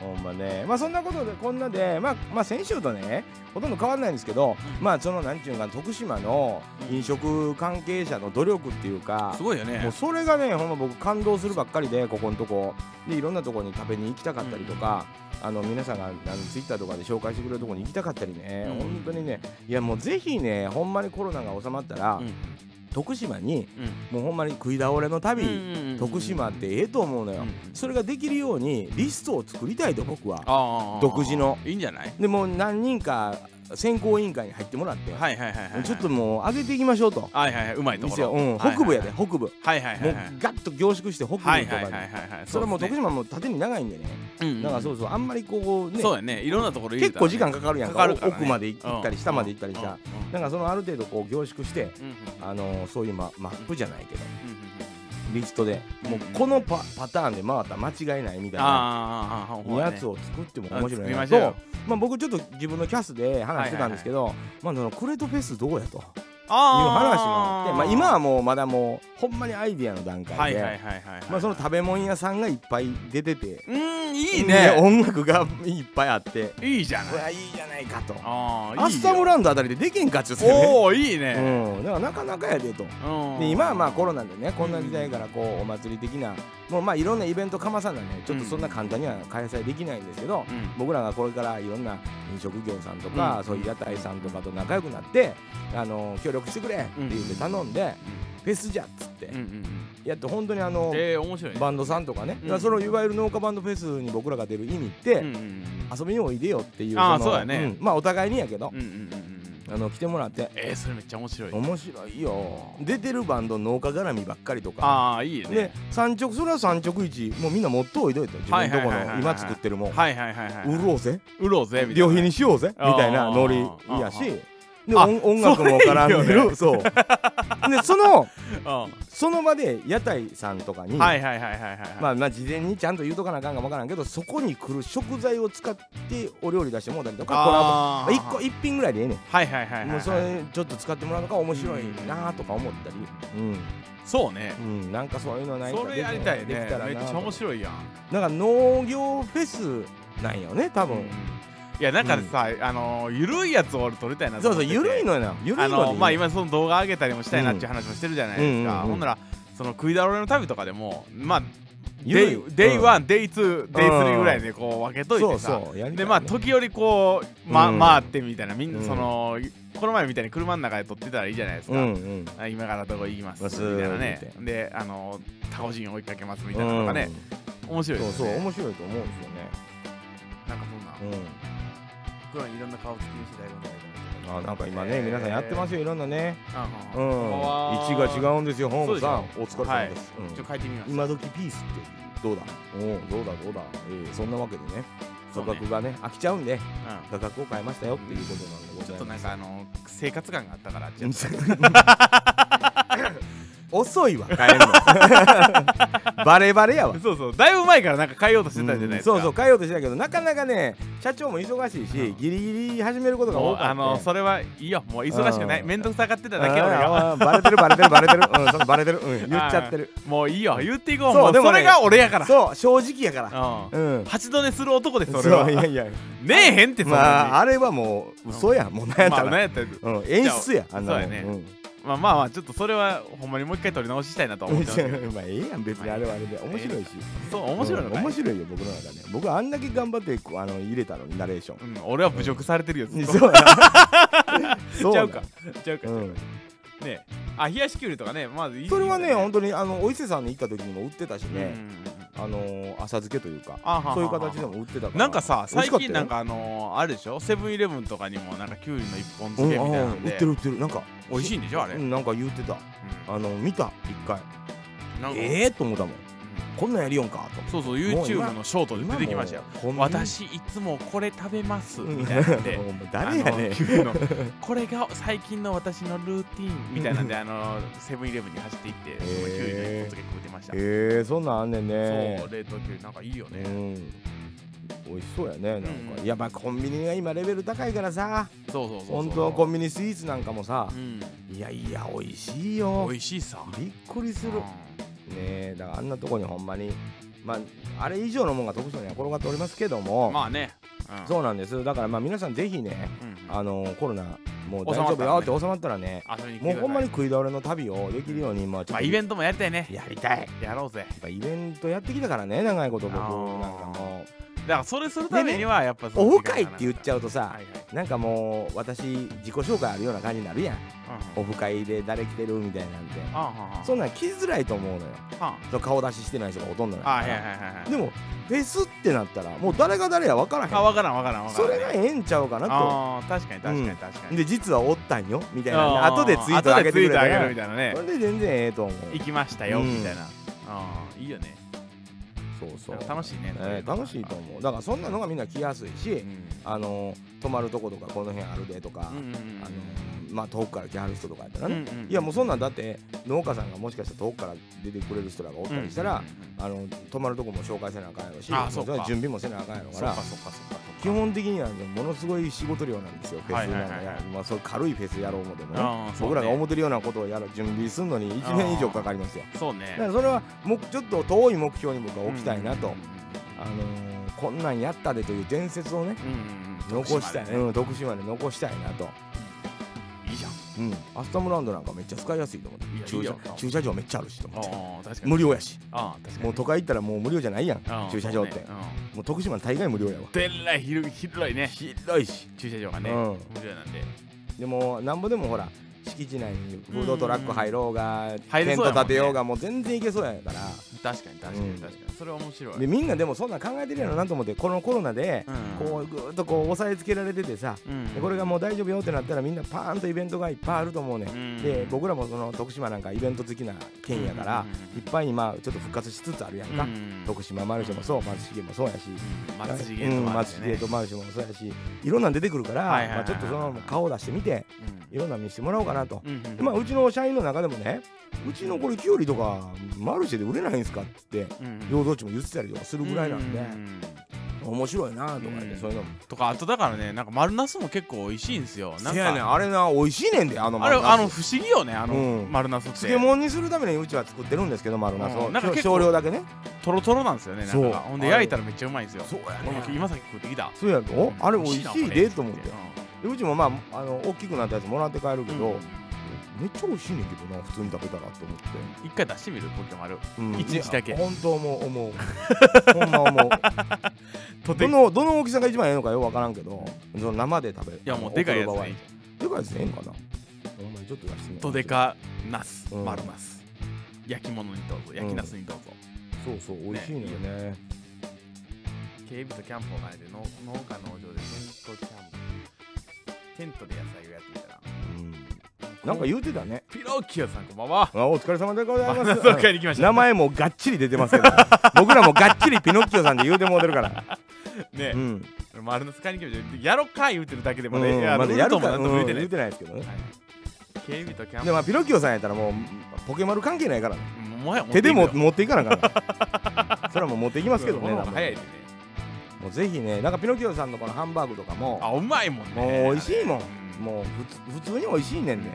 B: ほんまねまあそんなことでこんなで、まあ、まあ先週とねほとんど変わらないんですけど、まあそのなんていうんか徳島の飲食関係者の努力っていうか
A: す、ごいよね
B: もうそれがねほんま僕感動するばっかりでここのとこでいろんなとこに食べに行きたかったりとか、あの皆さんがあのツイッターとかで紹介してくれるとこに行きたかったりね、
A: うん
B: 本当にねいやもうぜひねほんまにコロナが収まったら、
A: うん
B: 徳島に
A: うん
B: もうほんまに食い倒れの旅、
A: うん
B: 徳島ってええと思うのよ、
A: うん
B: それができるようにリストを作りたいと僕は
A: あー
B: 独自の
A: いいんじゃない
B: でもう何人か選考委員会に入ってもらって、
A: はいはいはいはい
B: ちょっともう上げていきましょうと
A: はいはいはいうまいとこ
B: 店
A: ろ
B: を、うん、
A: はいはいはい
B: 北部やで北部、
A: はいはいはいはい
B: もうガッと凝縮して北部とか
A: は
B: に、
A: いはいはいはいはい
B: それはもう
A: うで
B: 徳
A: すね
B: 島も縦に長いんでね、
A: うんうん
B: だからそうそうあんまりこうね
A: そうやねいろんなところ入れ
B: 結
A: たら
B: 構
A: ね
B: 時間かかるやん
A: か
B: か
A: かるからね
B: 奥まで行ったり、
A: うん
B: 下まで行ったりした、
A: うんうん
B: なんかそのある程度こう凝縮して
A: うんうん
B: あのーそういう、ま、マップじゃないけど
A: うんうん
B: リストでもうこのパパターンで回ったら間違いないみたいな
A: あーあーあーほんまや
B: や
A: ね
B: つを作っても面白いな
A: あ作りましょう
B: と、まあ、僕ちょっと自分のキャスで話してたんですけど、まあ、そのクレートフェスどうやという
A: あ
B: 話もあってまあ、今はもうまだもうほんまにアイディアの段
A: は
B: 階
A: い
B: で、
A: はいはいはいはい、
B: まあ、その食べ物屋さんがいっぱい出てて
A: うーんいい
B: で
A: ね
B: 音楽がいっぱいあって
A: いいじゃない
B: これはいいじゃないかと
A: あー
B: アスタムランドあたりでできんかっちゅう
A: いいよおおいい
B: て
A: ね、
B: ね、うん、だからなかなかやでと。
A: うん
B: で今はまあコロナでねこんな時代からこうお祭り的なもうまあいろんなイベントかまさなねちょっとそんな簡単には開催できないんですけど
A: うん
B: 僕らがこれからいろんな飲食業さんとか、
A: うん
B: そういう屋台さんとかと仲良くなって、あの協力してくれって言って頼んで、フェスじゃっつって、
A: うんうんうん
B: やって本当にあの、
A: えー、面白いね
B: バンドさんとかね、
A: うん
B: だからそのいわゆる農家バンドフェスに僕らが出る意味って、
A: うんうんうん
B: 遊びにおいでよっていう
A: あー
B: の
A: そうやね
B: んまあお互いにやけど
A: う、んうんうんうん
B: あの来てもらって
A: えー、それめっちゃ面白い
B: 面白いよ出てるバンド農家絡みばっかりとか
A: ああいいね
B: で三直それは三直一もうみんな持っておいといて自分のとこ
A: はいはいはいはいは
B: の
A: い
B: 今作ってるもん、
A: はいはいはいはい
B: 売ろうぜ
A: うろうぜみたいな
B: 良品にしようぜみたいな
A: あー
B: ノリやしで
A: あ
B: 音音楽も絡んでるそうでその
A: うんはい
B: その場で屋台さんとかに、
A: はいはいはいはいはい
B: まあ、まあ事前にちゃんと言うとかなあかんかもわからんけどそこに来る食材を使ってお料理出してもうたりとかコラボ
A: あー
B: 一個一品ぐらいでええねん
A: はいはいはいはいはい
B: もうそれちょっと使ってもらうのが面白いなとか思ったりう
A: そうね
B: ん、うん、なんかそういうのないか
A: それやりたいね
B: できたら
A: め
B: な
A: っちゃ面白いやん
B: なんか農業フェスなんよね多分、
A: いやなんかさ、あのー、ゆるいやつを俺撮りたいなと
B: そう
A: 思っ
B: そう
A: てて
B: 緩いのよな緩いので
A: あ
B: いい
A: のまあ今その動画上げたりもしたいなっていう話もしてるじゃないですか、
B: うんうんうんうん
A: ほんならその食いだろれの旅とかでもまあ
B: 緩
A: デ
B: い
A: イデイ
B: うん
A: ワン、デイツー、デイスリー
B: うん
A: ぐらいでこう分けとい
B: そ
A: て
B: う
A: さ、
B: そうやりたいね
A: でまあ時折こう、ま
B: うん
A: 回ってみたいなみん
B: う
A: なんその、この前みたいに車の中で撮ってたらいいじゃないです
B: う
A: か、
B: んうん
A: あ今からどこ行きます
B: ま
A: み
B: す
A: たいなね
B: みた
A: であのタコ人追いかけますみたいなのがね、面
B: う
A: 白
B: ん
A: い
B: そ
A: で
B: う
A: す
B: そう
A: ね
B: 面白いと思うんですよね
A: なんかそんな僕らにいろんな顔つきにしてたいことない
B: うんあなんか今ね皆さんやってますよいろんなね
A: かな
B: うん
A: う
B: 位置
A: んこんばんは
B: が違うんですよホームさんお疲れ様です、うん
A: ちょっと書いてみます
B: 今時ピースってどうだおうどうだどうだ、ええそんなわけでね
A: そ
B: 価
A: うね
B: 格がね飽きちゃうんで
A: う
B: 価
A: ん
B: 格を変えましたよっていうことなんでご
A: ちょ
B: ざ
A: っ
B: い
A: とな
B: ま
A: ん
B: す
A: かあの生活感があったからちょっと
B: 遅いわ変えんの バレバレやわ
A: そうそうだいぶ前からなんか変えようとしてたじゃないですか、
B: うんそうそう変えようとしてたけどなかなかね社長も忙しいし、
A: うん
B: ギリギリ始めることが
A: も
B: 多
A: う
B: かった
A: あのそれはいいよもう忙しくない
B: うん
A: 面倒くさがってただけ俺が
B: あーバレてるバレてるバレてる、うん、そうバレてる、うん、言っちゃってる
A: もういいよ言っていこう
B: そう
A: もう
B: で
A: そ
B: もね
A: れが俺やから
B: そう正直やから
A: う
B: うん
A: ん八度寝する男です
B: そ
A: 俺は
B: ういやい や
A: ねえへんってそん
B: ま
A: な
B: ああれはもう嘘や、もうなん
A: に
B: やっ
A: ま
B: た
A: あ
B: ら、
A: 何やったら
B: うん、演出や
A: じゃあ
B: あんなもん
A: そうやね
B: ん
A: まあまあまあちょっとそれはほんまにもう一回撮り直ししたいなとは思ってますけど
B: まあええやん別にあれはあれで面白いし
A: そう面白いの
B: うん
A: かい
B: 面白いよ僕の中で僕はあんだけ頑張ってこうあの入れたのにナレーション
A: うん俺は侮辱されてるよずっと
B: そうやそ
A: ちゃ
B: な
A: うんかちゃうかちゃう
B: うん
A: かねえあ冷やしきゅうりとかねまずいい
B: それはね
A: いいんだよ
B: 本当にあのお伊勢さんに行った時にも売ってたし
A: うん
B: ね、
A: うんうん
B: あのー浅漬けというか
A: あははは
B: そういう形でも売ってたから
A: なんかさ
B: 美味
A: 最
B: しかった
A: 近
B: よ
A: なんかあのーあるでしょセブンイレブンとかにもなんかきゅうりの一本
B: うん
A: 漬けみたいな
B: あ
A: ん
B: ー売っ
A: で
B: てる売ってるなんか
A: 美味しいんでしょあれ、
B: う
A: うん
B: んなんか言ってたあの見た一回
A: なんか
B: ええと思ったもんこんなんやりよんかと
A: そうそう YouTube のショートで出てきましたよ
B: 今もう
A: 私いつもこれ食べますみたいなん で
B: うんお前誰やねん
A: あのキュウリの これが最近の私のルーティンみたいなんであのセブンイレブンに走っていってそのキュウリの一本漬け食ってました、
B: ええそんなんあんねんね
A: そう冷凍キュウリなんかいいよね、
B: うん美味しそうやねなんか、
A: うん
B: いやまあコンビニが今レベル高いからさ
A: そうそうそうそう
B: 本当はコンビニスイーツなんかもさ
A: う、ん
B: いやいや美味しいよ
A: 美味しいさ
B: びっくりする
A: うん
B: ねえだからあんなとこにほんまにまああれ以上のもんが特徴には転がっておりますけども、
A: まあね、うん
B: そうなんですだからまあ皆さんぜひね
A: うん
B: あのコロナもう大
A: 収ま
B: 丈
A: った
B: 夫よっ
A: らね
B: て収まったらね
A: 遊びに来
B: もう
A: てください
B: ほんまに食い倒れの旅をできるようにまあちょ
A: ま
B: っ
A: あ
B: と
A: イベントもやりたいね
B: やりたいやっ
A: やろうぜ
B: ぱイベントやってきたからね長いこと僕
A: あー
B: なんかも
A: だからそれするためにはやっぱ
B: うオフ会って言っち
A: ゃ
B: ゃうとさ
A: はいはい
B: なんかもう私自己紹介あるような感じになるやん
A: うん
B: オフ会で誰来てるみたいなんて
A: あはんはん
B: そんなん来づらいと思うのよ
A: はん
B: そう顔出ししてない人がほとんどなの
A: あはいはいはいはい
B: でもフェスってなったらもう誰が誰や分からへん
A: あわからんわからんわか
B: そ
A: らん
B: れがええんちゃうかなと
A: あー確かに確か
B: うん
A: に確かに
B: で実はおったんよみたい
A: あ
B: な
A: ー
B: 後でツイートあげてくれ
A: 後でツイート
B: た
A: あげ
B: ら
A: るみたいなね
B: それで全然ええと思う
A: 行きましたよ
B: うん
A: みたいなあーいいよね
B: そうそう
A: 楽しいね
B: えー楽しいと思うだからそんなのがみんな来やすいし
A: うん
B: あの泊まるとことかこの辺あるでとか、
A: うんうん
B: あのまあ遠くから来はる人とかやったら
A: うん
B: ね、
A: うんうん
B: いやもうそんなんだって農家さんがもしかしたら遠くから出てくれる人らがおっ
A: う
B: た
A: ん
B: りしたら、
A: うんうんうん
B: あの泊まるとこも紹介せなあかんやろし
A: あそうか
B: れは準備もせなあかんやろか
A: そっからそっかそっかそっ
B: 基本的にはねものすごい仕事量なんですよフェスなんかや、
A: はいはいはいはい
B: まあ、そう軽いフェスやろうもでもね
A: あーそう
B: 僕
A: ね
B: らが思ってるようなことをやる準備するのに1年以上かかりますよ
A: そう
B: だ
A: ね
B: からそれはもうちょっと遠い目標に僕は置きたいなと、
A: うん
B: あのーこんなんやったでという伝説をね
A: うんうんうん
B: 残したい、
A: 徳島でね
B: うん、徳島で残したいなと、
A: いいじゃん
B: うん、アスタムランドなんかめっちゃ使いやすいと思って
A: いや
B: 駐車
A: いいよ
B: 駐車場めっちゃあるしと思って
A: ああ確かに
B: 無料やし
A: ああ確かに
B: もう都会行ったらもう無料じゃないやん
A: ああ
B: 駐車場って、
A: そうねうん
B: もう徳島大概無料やわ
A: でっらい広い広いね
B: 広いし
A: 駐車場がね
B: う
A: 無料なんで
B: でもなんぼでもほら敷地内にフードトラック入ろうが
A: 入
B: テ
A: れ
B: ン
A: そうや
B: ト
A: もんね
B: 建てようがもう全然いけそうやから
A: 確かに確か
B: うん
A: に確かにそれは面白い
B: でみんなでもそんなん考えてるやろなと思ってこのコロナで
A: うん
B: こうぐーっとこう抑えつけられててさ
A: うん
B: でこれがもう大丈夫よってなったらみんなパーンとイベントがいっぱいあると思うね
A: うんん
B: で僕らもその徳島なんかイベント好きな県やから
A: うん
B: いっぱい今ちょっと復活しつつあるやんか
A: うん
B: 徳島マルシェもそう松重もそうやし
A: うん松重
B: うん
A: とかある
B: 松
A: し
B: 重
A: ね
B: とマルシェもそうやしいろんなん出てくるから
A: はいはいはい
B: まあちょっとその顔を出してみていろんなの見せてもらおうかなと
A: うんうんうん
B: でまあ、うちの社員の中でもねうちのこれキュウリとかマルシェで売れないんですかって
A: うんうん
B: 養蔵地も言ってたりとかするぐらいなんで
A: ううん
B: 面白いなとか言って
A: うん
B: そういうのも
A: とかあとだからねなんか丸ナスも結構美味しいんですよなん
B: せやね
A: か
B: んあれな美味しいねんであの
A: あれ
B: 丸ナス
A: あの不思議よねあの
B: うん
A: 丸ナスって
B: 漬物にするためにうちは作ってるんですけど丸ナスを
A: うんなんか結構
B: 少量だけね
A: トロトロなんですよね
B: そう
A: 中がほんで焼いたらめっちゃうまいんですよ
B: そうや
A: 俺も今さっき食ってきた
B: そうやろあれ美味
A: な
B: しい
A: こ
B: でと思って
A: うん
B: でうちもまああの大きくなったやつもらって帰るけど
A: うん
B: めっちゃ美味しいねんけどな普通に食べたらと思って
A: 一回出してみるポケマル
B: うん
A: 一日だけ
B: いや本当思う 思うほんま思う
A: とて
B: ど
A: い
B: のどの大きさが一番ええのかよくわからんけどその生で食べる
A: やもうでかいやつ
B: 送る場合
A: ね
B: でかいですね、いいんかな。ほんまにちょっと出してみよう
A: とで。かナス
B: うん
A: 丸ナス焼き物にどうぞ焼きナスにどうぞ
B: そうそう、美味しいのよね。
A: 警備とキャンプを兼ねて農農家農場でテントキャンプテントで野菜をやってみたら
B: うんなんか言うてたね。
A: ピロキオさんこんばんは
B: あ、お疲れ様でご ざい
A: 丸
B: ま
A: ナ
B: す
A: スを。買いに来ました
B: 名前もがっちり出てます けど、僕らもがっちりピノッキオさんで言うてもうてるから。
A: ね
B: うん。
A: 丸のスカニキョウやろか言うてるだけでもね、
B: うん
A: いや
B: まだや
A: ル
B: る
A: ートも
B: か
A: なんとも言
B: う
A: うんてな
B: 言
A: い、
B: うてないですけどね。
A: はい警備とキャン
B: でまあピノッキオさんやったらもうポケマル関係ないからね。
A: プもはや持って
B: 手
A: いく
B: で
A: よ
B: も持っていかなあから。 それはもう持っていきますけど
A: う
B: ね。
A: ん
B: なんか
A: 早いでね
B: もうぜひね、なんかピノッキオさんのこのハンバーグとかも、
A: あうまいもんね
B: もう美味しいもん
A: うん
B: もう普通普通に美味しいねんで。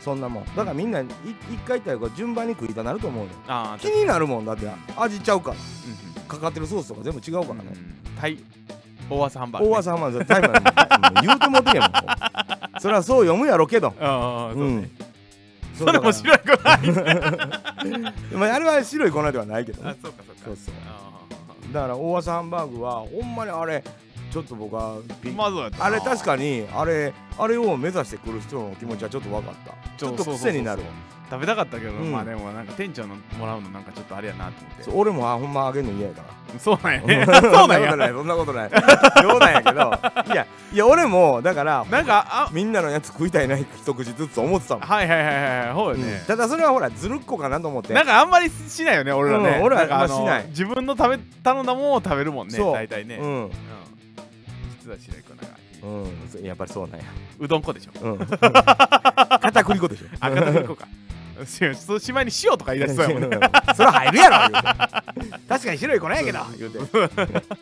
B: そんなもんだからみんない一回行ったらこう順番に食いたなると思うよ
A: あー
B: 気になるもんだって味ちゃうから
A: うん
B: かかってるソースとか全部違うから
A: うんう
B: ね
A: んタイ大和ハンバー
B: 大
A: グね
B: 和さんは絶対タイムやもん言うてもうてんやもんこうそれはそう読むやろけど
A: あ ーそううんそれも白いことない
B: いまああれは白い粉ではないけど
A: あ
B: ね
A: そうかそうか
B: そうそう
A: あ
B: だから大和ハンバーグはほんまにあれちょっと僕はピ
A: ー
B: ン
A: まずはやったな
B: あれ確かにあれあれを目指してくる人の気持ちはちょっと分かったちょっと癖になる
A: そうそうそう食べたかったけど、
B: うん
A: まあでもなんか店長のもらうのなんかちょっとあれやなと思って
B: そう俺もあほんまあげんの嫌やから
A: そう なんやねそうなんや
B: そんなことないそんなことない冗談やけどいやいや俺もだから
A: なんかあ
B: みんなのやつ食いたいな一口ずつ思ってたもん、
A: はいはいはいはいほうよね
B: うん、ただそれはほらずるっこかなと思って
A: なんかあんまりしないよね俺らね、
B: うん俺ら
A: なんかあの
B: あんましない
A: 自分の食べ頼んだもんを食べるもんね
B: そう
A: 大体ね、
B: う
A: うん
B: ん、
A: 実は白い粉がう
B: うんそやっぱりそうなんや、
A: どん粉でしょ
B: うん、片栗粉でしょ
A: 赤と粉かしそのしまいに塩とか言い出しそうやもんね
B: それ入るやろ言うて 確かに白い粉やけど言う て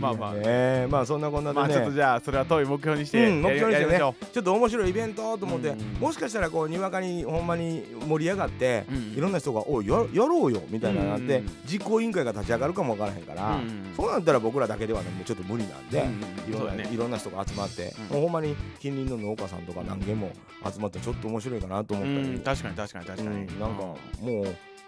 A: まあまあ
B: いやねまあそんなこんなで
A: まあ
B: ね、
A: ちょっとじゃあそれは遠い目標にして、
B: うん目標にしてね
A: やりましょ
B: ちょっと面白いイベントと思って、
A: うん
B: もしかしたらこうにわかにほんまに盛り上がって、
A: うん
B: いろんな人が「おいややろうよ」みたいなのがあって、
A: うん
B: 実行委員会が立ち上がるかもわからへんから、
A: うん
B: そうなったら僕らだけではねもうちょっと無理なんで、
A: うん
B: いろんな
A: そうだね
B: いろんな人が集まって、
A: うん
B: もうほんまに近隣の農家さんとか何軒も集まってちょっと面白いかなと思
A: う
B: っ
A: う
B: たり、
A: ん確かに確かに確かに、
B: うんなんかもう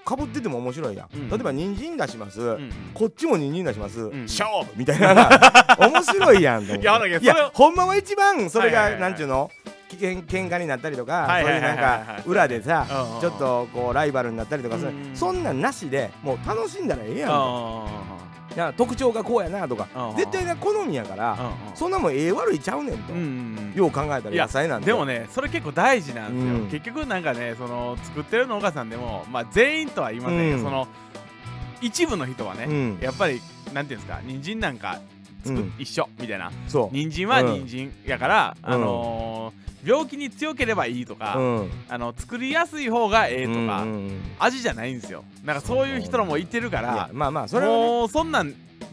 B: かぶってても面白いや、、
A: うんん
B: 例えば人参出します、
A: うんうん
B: こっちも人参出します、
A: ん
B: 勝負みたいなの が面白いやんと思って
A: いやだけど
B: い
A: それ
B: やほんまは一番それ
A: はいは
B: が
A: いはいはい
B: なんちゅうのけん喧嘩になったりとかそ
A: はいうはい
B: い
A: は
B: う
A: い
B: な
A: は
B: ん
A: い
B: か裏でさ
A: うんうん
B: ちょっとこうライバルになったりとかする
A: うんうん
B: そんなんなしでもう楽しんだらええやんと
A: あ
B: いや特徴がこうやなとか
A: あ
B: 絶対が好みやから
A: あ
B: そんなもんええ悪いちゃうねんと
A: うんうん
B: よう考えたら野菜なんて
A: でもねそれ結構大事なんですよ、
B: うん
A: 結局なんかねその作ってる農家さんでも、まあ、全員とは言いませんよ、
B: うん
A: その一部の人はね、
B: うん
A: やっぱりなんていうんですか人参なんか作っ
B: うん
A: 一緒みたいな
B: そ
A: 人参は人参やから、
B: うん
A: あのー病気に強ければいいとか、
B: ううん
A: あの作りやすい方がええと
B: う
A: か、
B: んうんうんい
A: 味じゃないんですよなんかそういう人らもいてるから
B: やまあまあそれはね
A: もうそんなん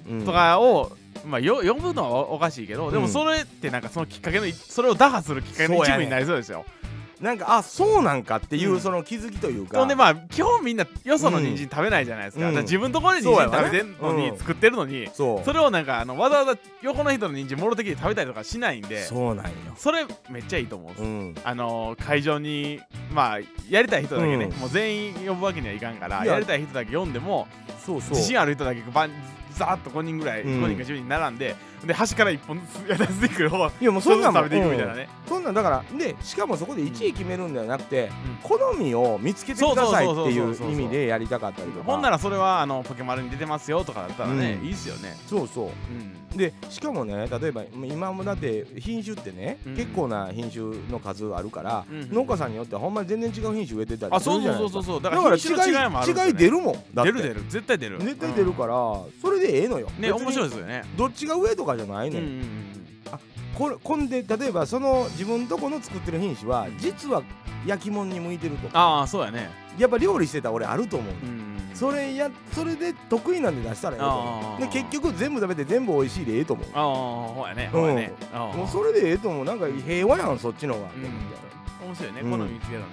B: うん
A: とかをまあ、よ読むのはおかしいけどで
B: う
A: も
B: ん
A: それってなんかそのきっかけのいそれを打破するきっかけの
B: そう
A: 一
B: やね
A: 部になりそうですよ。
B: なんかあそうなんかっていう、
A: うん
B: その気づきというか
A: ほんでまあ基本みんなよその人参食べないじゃないですか,、
B: うん
A: だから自分のところで人参食べてん
B: そうや
A: の
B: ね
A: に、
B: うん
A: 作ってるのに
B: そう
A: それをなんかあのわざわざ横の人の人参もろてきて食べたりとかしないんでそ
B: そうなんよ、
A: れめっちゃいいと思うんです、
B: うん、
A: あのー会場にまあやりたい人だけね、
B: うん
A: もう全員呼ぶわけにはいかんから
B: いや
A: やりたい人だけ読んでも
B: そうそう
A: 自信ある人だけバンザーッと5人ぐらい、
B: うん
A: 5人か10人並んでで端から1本ずつ やらせていくを
B: いやもうそ
A: そ
B: ん
A: う
B: なんも
A: 食べていくみたいなね、
B: うんそんなんだからでしかもそこで1位決めるんではなくて、
A: ん
B: 好みを見つけてくださいってい
A: そうそうそうそうそうそうう
B: 意味でやりたかったりとか
A: ほんならそれはあのポケマルに出てますよとかだったらね、
B: うん
A: いいっすよね
B: そうそう
A: うん
B: でしかもね例えば今もだって品種ってね、
A: うん
B: 結構な品種の数あるから、
A: うん
B: 農家さんによってほんまに全然違う品種植えてたり
A: あ
B: す
A: そ
B: る
A: う
B: じゃない
A: そ
B: で
A: う
B: すか
A: そうそうだ
B: だ
A: か
B: からら
A: 品種の違いもあるんです
B: 違
A: よ
B: い
A: ね
B: 出るもんだって
A: 出る出る絶対出る
B: 絶対出るから、それでええのよ
A: うんね
B: 別に
A: 面白いですよね
B: どっちが上とかじゃない
A: うん
B: の
A: う
B: よ、
A: んうん
B: これこんで例えばその自分とこの作ってる品種は実は焼き物に向いてるとか
A: ああそうやね
B: やっぱ料理してた俺あると思う、
A: うんうんうん
B: それやそれで得意なんで出したらええと思
A: あ
B: う
A: ー
B: で結局全部食べて全部美味しいでええと思う
A: ああほうやねほうやねああ
B: もうそれでええと思うなんか平和やんそっちの方が、
A: うん面白いね
B: うん
A: 好み見つけたのね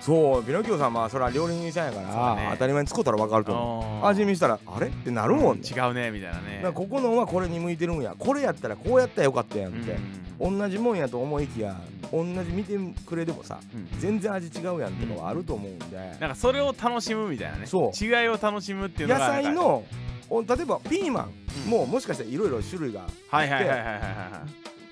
B: そうピノキオさんはそれは料理人さんやから、
A: そうね
B: 当たり前に使ったら分かると思う
A: あ
B: 味見したらあれってなるもんね、
A: 違うねみたいなね
B: なんかここのはこれに向いてるんやこれやったらこうやったらよかったやんっ
A: うんうん
B: て、同じもんやと思いきや同じ見てくれでもさ
A: うん
B: 全然味違うやんとかはあると思うんで、
A: なんかそれを楽しむみたいなね
B: そう
A: 違いを楽しむっていうの
B: 野
A: がなんか
B: 菜のお例えばピーマン
A: うん
B: ももしかしたらいろいろ種類が
A: はいはいはいはいはいはい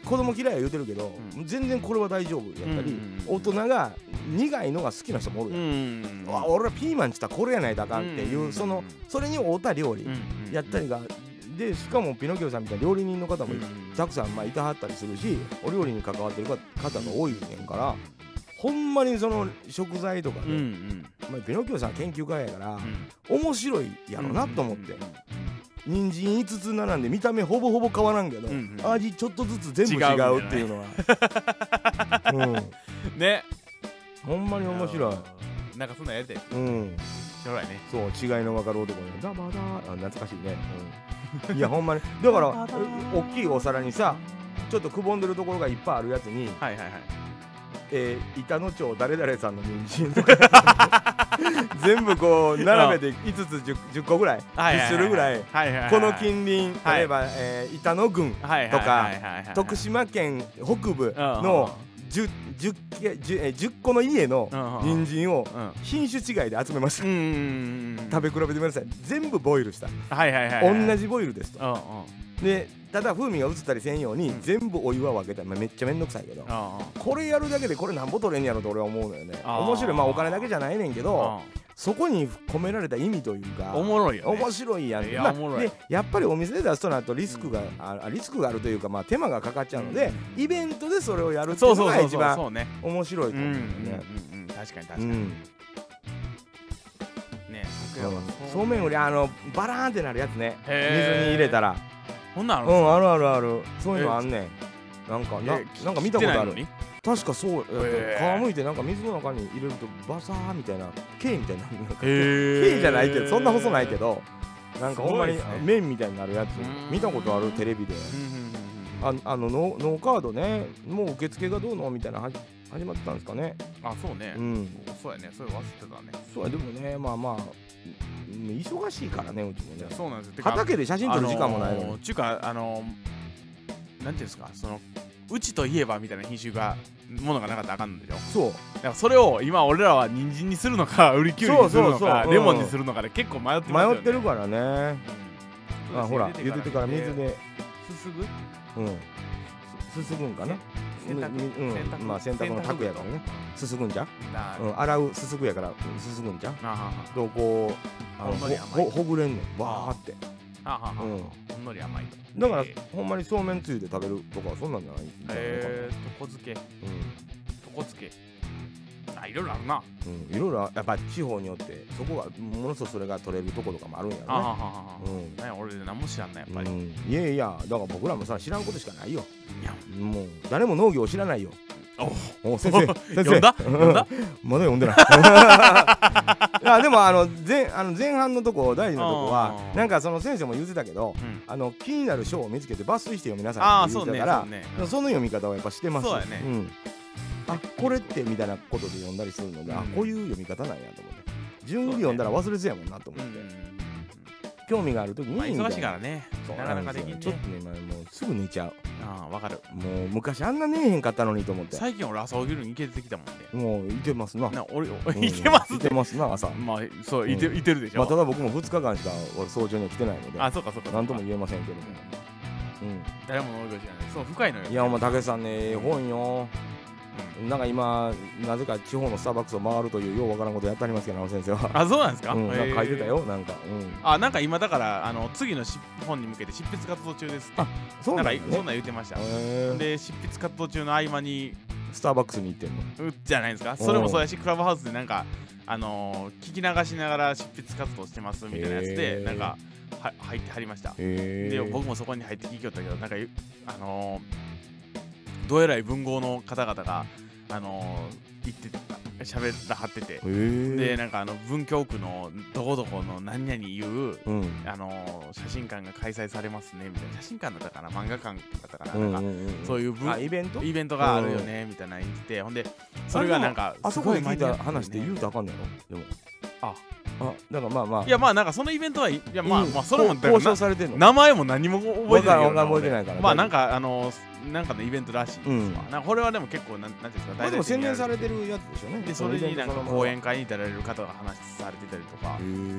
B: 子供嫌いは言うてるけど、
A: うん
B: 全然これは大丈夫やったり、
A: うん
B: 大人が苦いのが好きな人もおる
A: う
B: やん、
A: ん
B: うわ俺はピーマンちったらこれやないとあかんっていう、
A: うん
B: そのそれに合うた料理
A: うんうん
B: やったりが、でしかもピノキオさんみたいな料理人の方
A: う
B: も
A: ん
B: たくさんまあいたはったりするしお料理に関わってる方が多いねんからほんまにその食材とか
A: うんう
B: ね、
A: ん
B: まあ、ピノキオさん研究家やから
A: う、ん
B: 面白いやろなと思って
A: うんうんうん
B: 人参5つ並んで見た目ほぼほぼ変わらんけど、
A: うんうん
B: 味ちょっとずつ全部違うっていうのは うん
A: うんね
B: ほんまに面白い。
A: なんかそんなんやりたいです
B: うん、
A: 将来ね
B: そう違いの分かる男ねダバダーあ懐かしいね、うん、いやほんまにだから大きいお皿にさちょっとくぼんでるところがいっぱいあるやつに
A: はいはいはい
B: 「えー、板野町誰々さんの人参とか 全部こう並べて5つ 10, 10個ぐらい
A: はいはい
B: 10種類ぐらい
A: はいはいはい
B: この近隣
A: はい
B: 例えば、えー板野郡
A: はい
B: とか
A: はいはいはいはい
B: 徳島県北部の10 10, 10, えー10個の家の
A: うんうん
B: 人参を
A: うん
B: 品種違いで集めました
A: うんうんうん
B: 食べ比べてください全部ボイルした
A: はいはいはいはい
B: 同じボイルですと
A: うんうん
B: でただ風味が移ったりせんように
A: うん
B: 全部お湯は分けた、まあ、めっちゃめんどくさいけど
A: うんうん
B: これやるだけでこれなんぼ取れんやろと俺は思うのよね
A: あー
B: 面白いまあお金だけじゃないねんけど
A: う
B: そこに込められた意味というか
A: んおもろいよね
B: 面白いやん
A: いや
B: まあ
A: おもろい
B: でやっぱりお店で出すとなるとリスクが、ああリスクがあるというか、まあ、手間がかかっちゃうので、
A: うん
B: イベントでそれをやるってい
A: そうう
B: の
A: そう
B: が
A: そう
B: 一
A: そう
B: 番
A: そうね
B: 面白い
A: うん
B: と
A: うん
B: 思
A: う
B: うんんだよね。
A: うん確か
B: う
A: に確かに
B: ん
A: ね
B: そう
A: 桜は
B: そうめんよりあのバラーンってなるやつね水に
A: へー
B: 入れたら
A: ほんな
B: う
A: の
B: んあるあるあるそういうのあんねんなんかな
A: え
B: なんか見たことある
A: 切ってないのに
B: 確かそう
A: へー
B: 皮むいてなんか水の中に入れるとバサーみたいな毛みたいななんか
A: へ
B: 毛じゃないけどそんな細ないけどなんかほんますに
A: ごいですね
B: 麺みたいになるやつ
A: うん
B: 見たことあるテレビで
A: うんうんうんうん
B: ああのノーノーカードねもう受付がどうのみたいなはじ始まってたんですかね
A: あそうね
B: うん
A: そうやねそれ忘れてたね
B: そうやでもねまあまあうん忙しいからねうちも
A: い
B: ね
A: やそうなんですよてか
B: 畑で写真撮る時間もないの
A: あ
B: に
A: のーちゅうかあのーなんていうんですかそのうちといえばみたいな品種がものがなかったらあかんのでしょ
B: そう
A: だからそれを今俺らは人参にする のか売りきゅうりにするのか
B: そうそうそううん
A: レモンにするのかで結構迷ってますよね
B: 迷ってるからね
A: うん
B: あほら
A: そう
B: 茹
A: す
B: でてから水で
A: 進む
B: うんすすぐんかな
A: 洗濯
B: みみうん
A: 洗濯
B: まあ洗濯の卓やからねすすぐんじゃ
A: なあ
B: うん洗うすすぐやからうんすすぐんじゃ
A: あはは
B: とこうあの
A: ほ
B: ほ
A: んのり甘い
B: ほほぐれんねんわーって
A: あはは
B: う
A: は
B: ん
A: ほんのり甘いと
B: だから
A: え
B: ほんまにそうめんつゆで食べるとかそんなんじゃないんじゃないかな
A: え床漬け床漬けあいろいろあるな
B: うんうんいろいろやっぱ地方によってそこがものすごいそれが取れるとことかもあるんや
A: あはは
B: ろ
A: はは
B: ねうん
A: なんや俺何も知らんなやっぱり
B: うんいやいやだから僕らもさ知らんことしかないよ
A: いや
B: もう誰も農業を知らないよ
A: お
B: お先生先生
A: 読んだ読んだ
B: まだ読んでない。あでもあの前あの前半のとこ第二のとこは
A: うん
B: なんかその先生も言ってたけど
A: うん
B: あの気になる章を見つけて抜粋して読みな
A: あ
B: さい
A: あ
B: って言
A: そ
B: っ
A: う
B: て
A: ね
B: たから
A: そうね
B: その読み方はやっぱしてます
A: そうやね
B: ん、あこれってみたいなことで読んだりするのが、
A: うん
B: こういう読み方なんやと思って順繰
A: そう
B: り
A: ね
B: 読んだら忘れずやもんなと
A: う
B: 思
A: んう
B: っ
A: ん
B: て、
A: うんうん
B: 興味がある時に、
A: まあ忙しいから
B: ね
A: ね
B: そう
A: なか
B: な
A: なんか
B: で
A: ですき
B: よ
A: ん
B: ちょっ
A: ね
B: とね今もうすぐ寝ちゃ
A: ああわかる
B: うもう昔あんな寝えへんかったのにと思って
A: 最近俺朝起きるのにいけてきたもんね
B: もういてますな
A: な 俺
B: うん
A: いけます
B: いてますな朝、
A: まあそういていてるでし
B: まあ、た
A: ょ
B: だ僕も2日間しか俺早朝には来てないので
A: あそうかそうか
B: 何とも言えませんけども、
A: 誰も俺が知らないそう深いのよ
B: うん、いやお前武さんねええ本よなんか今なぜか地方のスターバックスを回るというようわからんことやってありますけどあの先生は
A: あそうなんですか
B: うん、なんか書いてた
A: へえ
B: よ、なんか、うん、
A: あなんか今だからあの次のし本に向けて執筆活動中ですって
B: あそう
A: な
B: なんん
A: か
B: だ、
A: そ
B: ね、
A: んなん言ってました
B: へー
A: で執筆活動中の合間に
B: スターバックスに行ってんの
A: うじゃないですかそれもそうやしクラブハウスでなんかあのー聞き流しながら執筆活動してますみたいなやつ
B: へ
A: で
B: ー
A: なんかは入ってはりました
B: へ
A: で僕もそこに入って聞きよったけどなんかあのーどえらい文豪の方々があのー言って喋らはっててで
B: で
A: なんかあの文京区のどこどこの何々いう
B: うん
A: あのー写真館が開催されますねみたいな写真館だったかな漫画館だったかな,、
B: うん
A: なんか
B: うんうん
A: そういう
B: あ
A: 文
B: イベント
A: イベントがあるよねみたいなの言っててほんでそれがなんか
B: あそこで聞いた話で
A: で
B: 言うとあかんのやろでも
A: あ
B: あだからまあまあ
A: いやまあなんかそのイベントはいいやまあ
B: うん
A: まあそれ
B: こ
A: もだ
B: う
A: から
B: 交渉
A: な
B: されてんの
A: 名前も何も覚えてない
B: わ
A: けど
B: からんわからん覚えてないから
A: まあなんかあのーなんかのイベントらしいです
B: う
A: わ、
B: ん
A: なんかこれはでも結構なんなんていうんですか
B: まあでも宣伝されて
A: る
B: るやつでしょね
A: でそれになん
B: このイベントそ
A: か
B: のもの
A: 講演会に出られる方が話されてたりとか
B: へー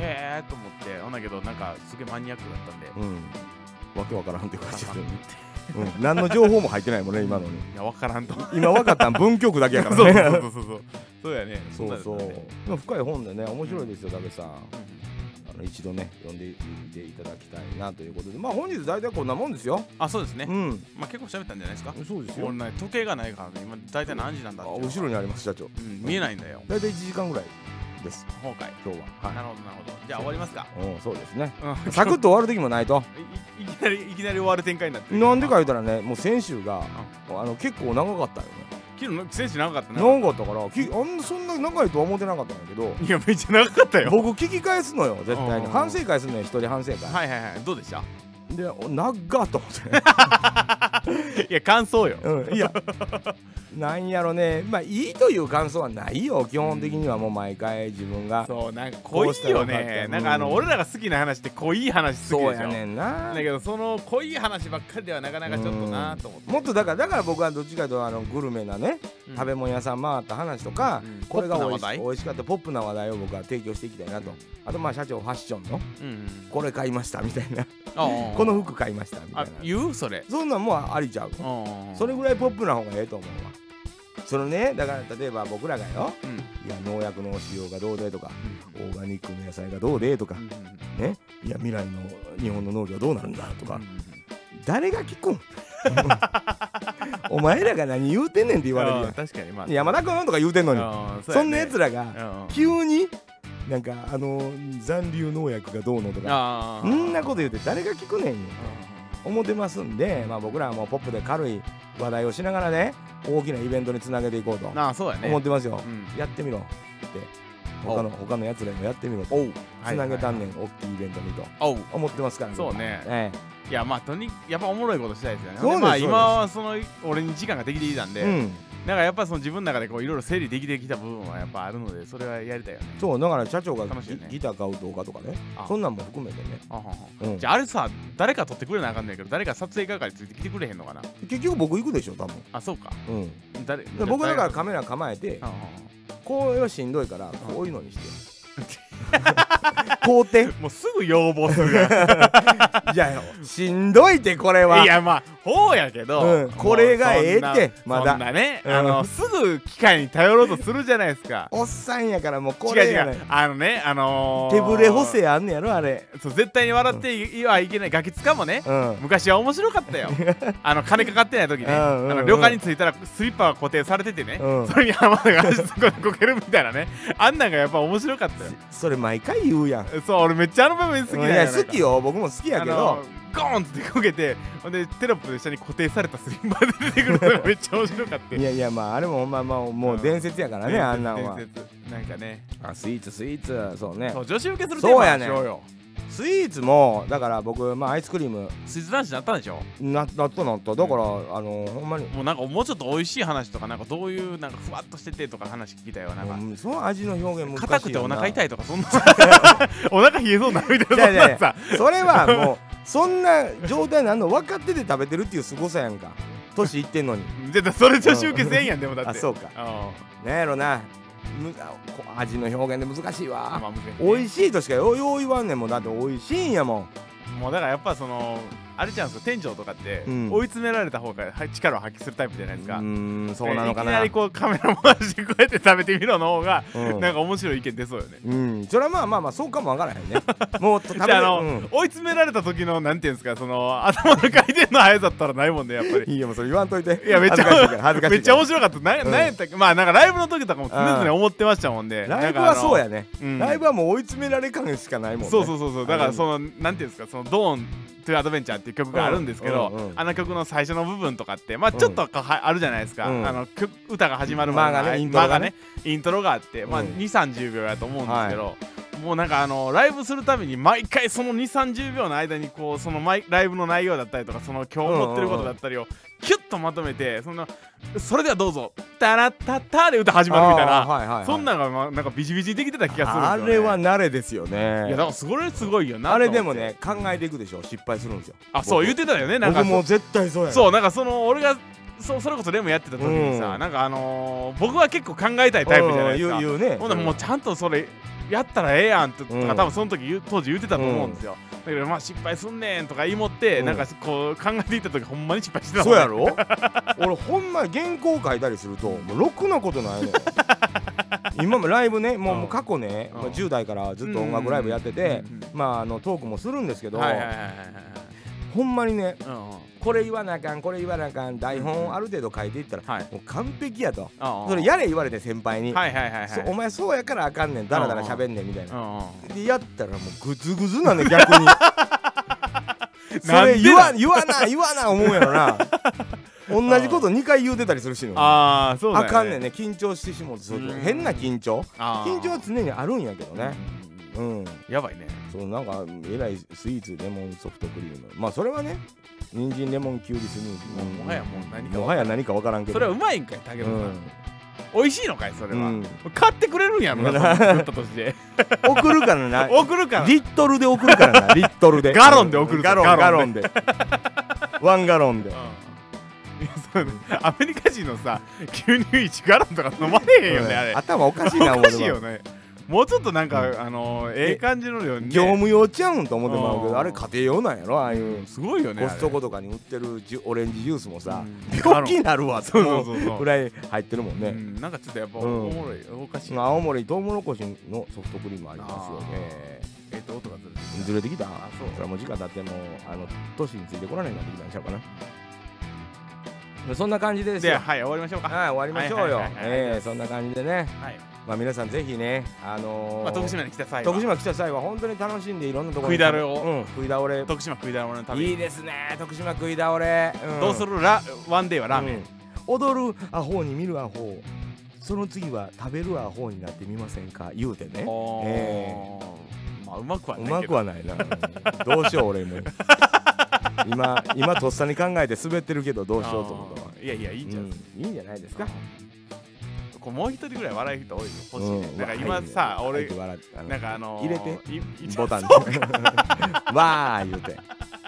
A: へえと思ってほんだけどなんかすげえマニアックだったんで
B: うんわけわからんって感じでうん何の情報も入ってないもんね今のに
A: いや分からんと
B: 今わかったん文京区だけやか
A: そうそう
B: らね
A: そうそうそうそうやね
B: そうそ
A: ん
B: う
A: なんだね
B: まあ深い本でね面白いですよ武さん
A: うん
B: あの一度ね読んでみていただきたいなということでまあ本日大体こんなもんですよ
A: あそうですね
B: うん
A: まあ結構喋ったんじゃないですか
B: そうですよ
A: 俺ね時計がないからね今大体何時なんだ
B: あ
A: っていうのが
B: 後ろにあります社長
A: うん見えないんだよ
B: 大体1時間ぐらいです
A: 崩壊
B: 今日は
A: なるほどなるほどじゃあ終わりますか
B: いうんそうですね
A: うん
B: サクッと終わる時もないと
A: いいきなりいきなり終わる展開になってる
B: なんでか言うたらねもう先週があの結構長かったよね
A: 昨日の選手長かったな
B: 長かったからきあんなそんな長いとは思ってなかったんだけど
A: いやめっちゃ長かったよ
B: 僕聞き返すのよ絶対に
A: うん
B: 反省会するのよ一人反省会
A: はいはいはいどうでした
B: でお長っと思ってね
A: いや感想よ
B: うんい やなんやろねまあいいという感想はないよ基本的にはもう毎回自分が
A: そうなんか
B: こ
A: 濃
B: うした
A: い
B: ら
A: よ
B: よかった
A: ね
B: うん
A: なんかあの俺らが好きな話って濃い話好き
B: そう
A: でし
B: や
A: ょ
B: ねんな
A: だけどその濃い話ばっかりではなかなかちょっとなと思って
B: もっとだからだから僕はどっちかというとあのグルメなね
A: うん
B: 食べ物屋さん回った話とか
A: うん
B: これが
A: ポップ
B: おい
A: な話
B: し
A: 題
B: 美味しかったポップな話題を僕は提供していきたいなとあとまあ社長ファッションの
A: うんうん
B: これ買いましたみたいな
A: ああ
B: この服買いましたみた
A: あ
B: いな
A: 言うそれ
B: そんなんもうありちゃうそれぐらいポップな方がええと思うわそのねだから例えば僕らがよ
A: うん
B: いや農薬の使用がどうでとかオーガニックの野菜がどうでとか
A: うん
B: ねいや未来の日本の農業どうなるんだとか
A: うんうん
B: 誰が聞くん お前らが何言うてんねんって言われる
A: あ
B: や
A: あ確かにまあ
B: ん山田君とか言うてんのに
A: ああうや
B: そんなやつらが
A: うん
B: 急になんかあの残留農薬がどうのとか
A: ああ
B: そんなこと言うて誰が聞くねんよ思ってますんで、まあ、僕らはもうポップで軽い話題をしながらね大きなイベントにつなげていこうと
A: うんああそうやね
B: 思ってますよ、
A: うん
B: やってみろって他の他のやつらにもやってみろと
A: おう
B: つなげたんねん、大きいイベントにと
A: おう
B: 思ってますから
A: そうね
B: え
A: いやまあとにやっぱおもろいことしたいですよね
B: そうです
A: ま
B: そう
A: あ
B: です
A: 今はその俺に時間ができてきたん
B: え
A: で、
B: うん
A: なんかやっぱその自分の中でこういろいろ整理できてきた部分はやっぱあるのでそれはやりたいよね
B: そうだから社長が
A: 楽しい
B: ギ,、
A: よね
B: ター買う動画とかね
A: あ
B: そんなんも含めてね、
A: あはんはん
B: うん
A: じゃああれさ誰か撮ってくれなあかんねんけど誰か撮影係ついてきてくれへんのかな
B: 結局僕行くでしょ多分、
A: あそうか
B: うん、
A: 誰
B: で僕だからカ
A: メ
B: メラ構えて
A: ラ
B: こうはしんどいからこういうの にしてこうて
A: もうすぐ要望するや
B: じゃあよしんどいってこれは
A: んいやまあほうやけど、
B: うんこれがええって
A: もうそ
B: ま
A: んな
B: だ
A: そんなね、
B: うん
A: あのすぐ機械に頼ろうとするじゃないですか
B: おっさんやからもう こ
A: 違う
B: れ
A: 違
B: やね
A: うあのねあのー
B: 手ぶれ補正あんねやろあれ
A: そう絶対に笑ってい,、はいけないガキつかもね
B: うん
A: 昔は面白か ったよあの金かかってない時ね
B: うんうんうん
A: あの旅館に着いたらスリッパが固定されててね、
B: うん
A: それに浜田が足そこでこけるみたいなねあんなんがやっぱ面白かったよ
B: それ毎回言うやん
A: そう俺めっちゃあの場面好き
B: い
A: だよ
B: や好きよ僕も好きやけ
A: あ
B: ど
A: のゴーンってこけてほんでテロップで下に固定されたスリッパで 出てくるのがめっちゃ面白かった
B: いやいやまああれもまあまあもう伝説やからねあんなんは
A: 伝説伝説なんかね
B: あスイーツスイーツそうね
A: そう女子受けするテー
B: そう
A: マ
B: や
A: に
B: ね
A: し
B: ん
A: ようよ
B: スイーツもだから僕、まあ、アイスクリーム
A: スイーツ男子になったんでしょ
B: ななったなっただから、あのほんまに
A: もうなんかもうちょっと美味しい話とかなんかどういうなんかふわっとしててとか話聞きたいわなんか
B: うんその味の表現難しいよな
A: 硬くてお腹痛いとかそんな お腹冷えそうになるみたいなそん
B: いやいやい
A: な
B: や
A: んさ
B: それはもうそんな状態なんの分かってて食べてるっていうすごさやんか年いってんのに
A: 絶対それ女子受けせんやんでもだって
B: あそうか
A: う
B: なんやろなむあこ味の表現で難しい
A: ん
B: わ
A: まあ難しいね
B: 美味しいとしかよよう言わんねんもんだって美味しいんやもん
A: もうだからやっぱそのあれじゃないですか店長とかって
B: うん
A: 追い詰められた方がは力を発揮するタイプじゃないです
B: う
A: か
B: ーんそうなのか
A: いきな
B: な
A: りこうカメラ回してこうやって食べてみろの方が
B: うん
A: なんか面白い意見出そうよね
B: うんそれはまあまあまあそうかもわからへん ねもう食べ
A: じゃああの、
B: うん
A: 追い詰められた時のなんていうんですかその 頭の回転の速さったらないもんねやっぱり
B: いいよもうそれ言わん といて
A: いやめっちゃ
B: 恥ずかしいから恥ずかし
A: めっ
B: い
A: ち
B: か
A: ゃ
B: ら
A: 面白かったな
B: うん
A: なんやったっけまあなんかライブの時とかも常
B: うん
A: 々思ってましたもんで
B: ライブはそう
A: や
B: やね
A: うん
B: ライブはもう追い詰められ感しかないもんね
A: そうそうそうそうだからそのなんていうんですかその「ドーン・トゥ・アドベンチャー」っていう曲があるんですけど、
B: うんうんうん
A: あの曲の最初の部分とかってまあちょっとかはあるじゃないですか、
B: うん
A: あの曲歌が始まるまでの
B: 間がね
A: あい
B: イントロがね
A: 間イントロがあって、まあ、
B: うん
A: 2 3 0秒やと思うんですけど、もうなんかあのライブするたびに毎回その2 3 0秒の間にこうそのマイライブの内容だったりとかその今日思ってることだったりをキュッとまとめてそのそれではどうぞ「タラッタッター」で歌始まるみたいな、
B: あーはいはいはい
A: そんなんが、まあ、なんかビチビチにできてた気がする
B: あ
A: んです
B: れ
A: よ、ね。
B: は慣れですよね
A: いやだからそれすごいよな
B: あれ
A: と
B: で
A: 思
B: も
A: って
B: ね考えていくでしょ失敗するんですよ
A: あそう言
B: 僕
A: ってたよねなんか
B: 僕もう絶対そうや
A: そうなんかその俺がそうそれこそレムやってた時にさ、
B: うん
A: なんかあのー僕は結構考えたいタイプじゃないですか、
B: うん言う言うね
A: ほんでもうちゃんとそれやったらええやんって、と
B: うん
A: か多分その時言う当時言ってたと思うんですよ、だけどまあ失敗すんねんとか言いもって、
B: うん
A: なんかこう考えていった時ほんまに失敗してた
B: そ
A: もん
B: う
A: ね
B: やろ俺ほんま原稿書いたりするともうろくなことないの よ今もライブねもう
A: うん
B: もう過去ね、まあ
A: うん
B: 10代からずっと音楽ライブやってて、
A: うんうんうん
B: まああのトークもするんですけど、
A: はいはいはいはい
B: ほんまにね
A: はいうんうん
B: これ言わなあかんこれ言わなあかん台本ある程度書いていったら、
A: はい
B: もう完璧やと
A: ああ
B: それやれ言われて先輩に、
A: はいはいはいはい
B: そうお前そうやからあかんねんダラダラ喋んねんみたいな
A: う、んうん
B: でやったらもうグズグズ なんで逆にそ
A: なんで
B: れ言わ言わな言わな思うやろな同じこと2回言うてたりするしのあ
A: ああそうだよ、ね、
B: かんねんね緊張してしもうてそう
A: うん
B: 変な緊張
A: ああ
B: 緊張は常にあるんやけどねうん
A: やばいね
B: そうなんかえらいスイーツレモンソフトクリームまあそれはね人参レモンキュウリスムージー
A: もはやもう何か
B: もはや何か分からんけど
A: それはうまいんかい竹
B: う
A: 野さん、
B: ん
A: 美味しいのかいそれは、
B: うん
A: 買ってくれるんやろなその作った として
B: 送るからな
A: 送るから
B: リットルで送るからなリットルで
A: ガロンで送るぞ
B: ガロン
A: ガ
B: ガ
A: ロ
B: ロンでワンガロンで
A: うんいやそうねアメリカ人のさ牛乳一ガロンとか飲まねえよねあれ
B: 頭おかしいな
A: お
B: 思
A: か
B: う
A: しい
B: て
A: よ
B: まう
A: ねもうちょっとなんか、あのええ感じの量に、ね、
B: 業務用ちゃうんと思ってまうけ
A: うん
B: どあれ家庭用なんやろああいう
A: すごいよね
B: コストコとかに売ってるジュオレンジジュースもさ
A: うん
B: 病気になるわ
A: そうそうそうそう
B: 思ぐらい入ってるもん
A: あれう
B: ね
A: ん、なんかちょっとやっぱお
B: うん
A: もろい、おかしいな
B: 青森トウモロコシのソフトクリームありますよね
A: えっと音がずる
B: ずれてきた
A: あそう
B: それはもう時間経ってもうあの年についてこられなくなってきたんちゃうかなそんな感じでです
A: で
B: よ
A: はい終わりましょうか
B: はい、終わりましょうよ
A: はいはい。はいはい
B: ええそんな感じでね、
A: はい
B: まあ、皆さんぜひね、あのー
A: まあ、徳島に来た際は
B: 徳島来た際は本当に楽しんでいろんなところに
A: 食いだれを
B: うん、食い倒れ。
A: 徳島食いだものの旅
B: いいですね、徳島食い倒れ。ん
A: どうするラワンデーはラーメン、
B: うん踊るアホに見るアホ。その次は食べるアホになってみませんか言うてね。
A: おー
B: え
A: まあうまくは
B: う
A: ないけど
B: まくはない な。どうしよう俺も。今今とっさに考えて滑ってるけどどうしようと思ったわ
A: あ。ーいやいやいいんじゃないで
B: うんいいんじゃないです
A: すか、
B: か。
A: こうもう一人ぐらい笑い人多いよ欲しいね、
B: うん
A: なんか今さ、
B: まあ笑っ
A: 俺
B: て笑ってあの
A: なんかあのー、
B: 入れて
A: いい
B: ボタンで
A: そう
B: わー言うて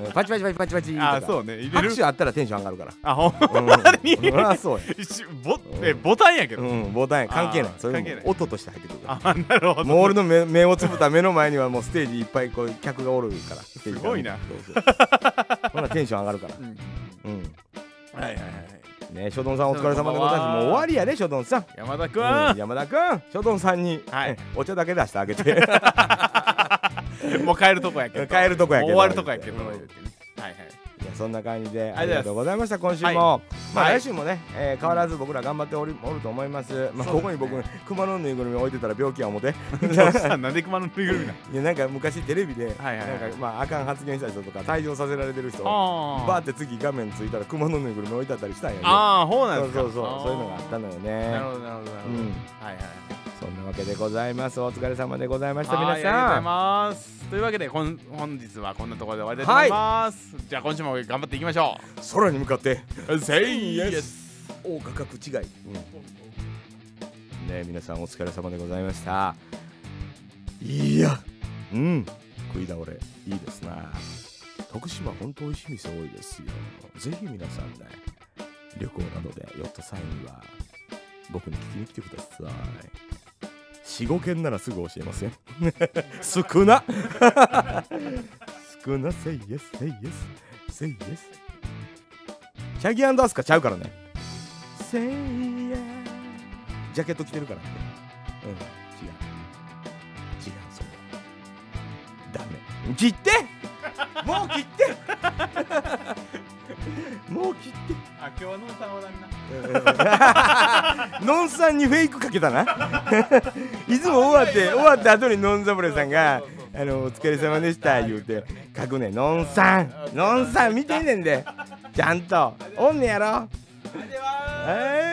B: うんパチパチパチパチパチとか
A: あそうね入れる
B: 拍手あったらテンション上が るから
A: あほんま
B: うん
A: に
B: そりゃそうや
A: 一
B: う
A: ボ
B: ん
A: えボタンやけど、
B: うんボタンや関係ない
A: あー
B: それ
A: 関係ない
B: も音として入ってくるか
A: あなるほ
B: ら
A: ど
B: もう俺の目目をつぶった目の前にはもうステージいっぱいこう客がおるからす
A: ごいな
B: ほらテンション上がるから
A: うん
B: うん
A: はいはいはい
B: ね書道さんお疲れ様でございますもう終わりやね書道さん
A: 山田くん、
B: うん山田くん書道さんに
A: はい
B: うんお茶だけ出してあげ て
A: もう帰るとこやけど
B: 帰るとこやけど
A: もう終わるとこやけど、
B: うん
A: はいはい
B: いやそんな感じで
A: あ
B: あ
A: り
B: り
A: が
B: が
A: と
B: と
A: う
B: う
A: ご
B: ございました今週も、まあ
A: はい
B: 来週もね、えー変わらず僕ら頑張っておりおると思いますまあ
A: そう
B: こ
A: です
B: こ
A: ね
B: に僕熊のぬいぐるみ置いてたら病気や 思て
A: どうしたんなんで熊のぬいぐるみなの
B: いやなんか昔テレビで、
A: はいはいはい
B: なんかまああかん発言した人とか退場させられてる人 バー
A: あ
B: って次画面ついたら熊のぬいぐるみ置いてあったりしたんやね
A: ああーそうなん
B: そ
A: で
B: う
A: すか
B: そうそうそういうのがあった
A: ね
B: のよ
A: なる
B: ね
A: ほどなるほどなるほ
B: う
A: ど、
B: ん
A: はいはい
B: そそんなわけでございますお疲れ様でございました
A: はい
B: 皆
A: ありがとうござ
B: さ
A: い
B: ん
A: ますというわけでこん本日はこんなところで終わりたいと思います、じゃあ今週も頑張っていきましょ
B: 空に向かって
A: う
B: Say yes
A: ス
B: 大価格違い、ねえ皆さんお疲れ様でございましたいやうん食い倒れいいですな徳島本当美味しい店多いですよぜひ皆さんね旅行などで寄った際には僕に聞きに来てください45件ならすぐ教えますよ 少な 少な Say yes say yes say yes チャギアンダースカちゃうからね Say yeah ジャケット着てるからねうん違う違うそれダメ切ってもう切ってもう切って
A: あ今日はノンさんおらんな
B: ノンさんにフェイクかけたないつも終わって終わった後にノンサムレさんが
A: そうそう
B: 「あのお疲れ様でした」言うて書くねノンさんノンさん見てんねんでちゃんとおんねやろ
A: ありがとうございます
B: はい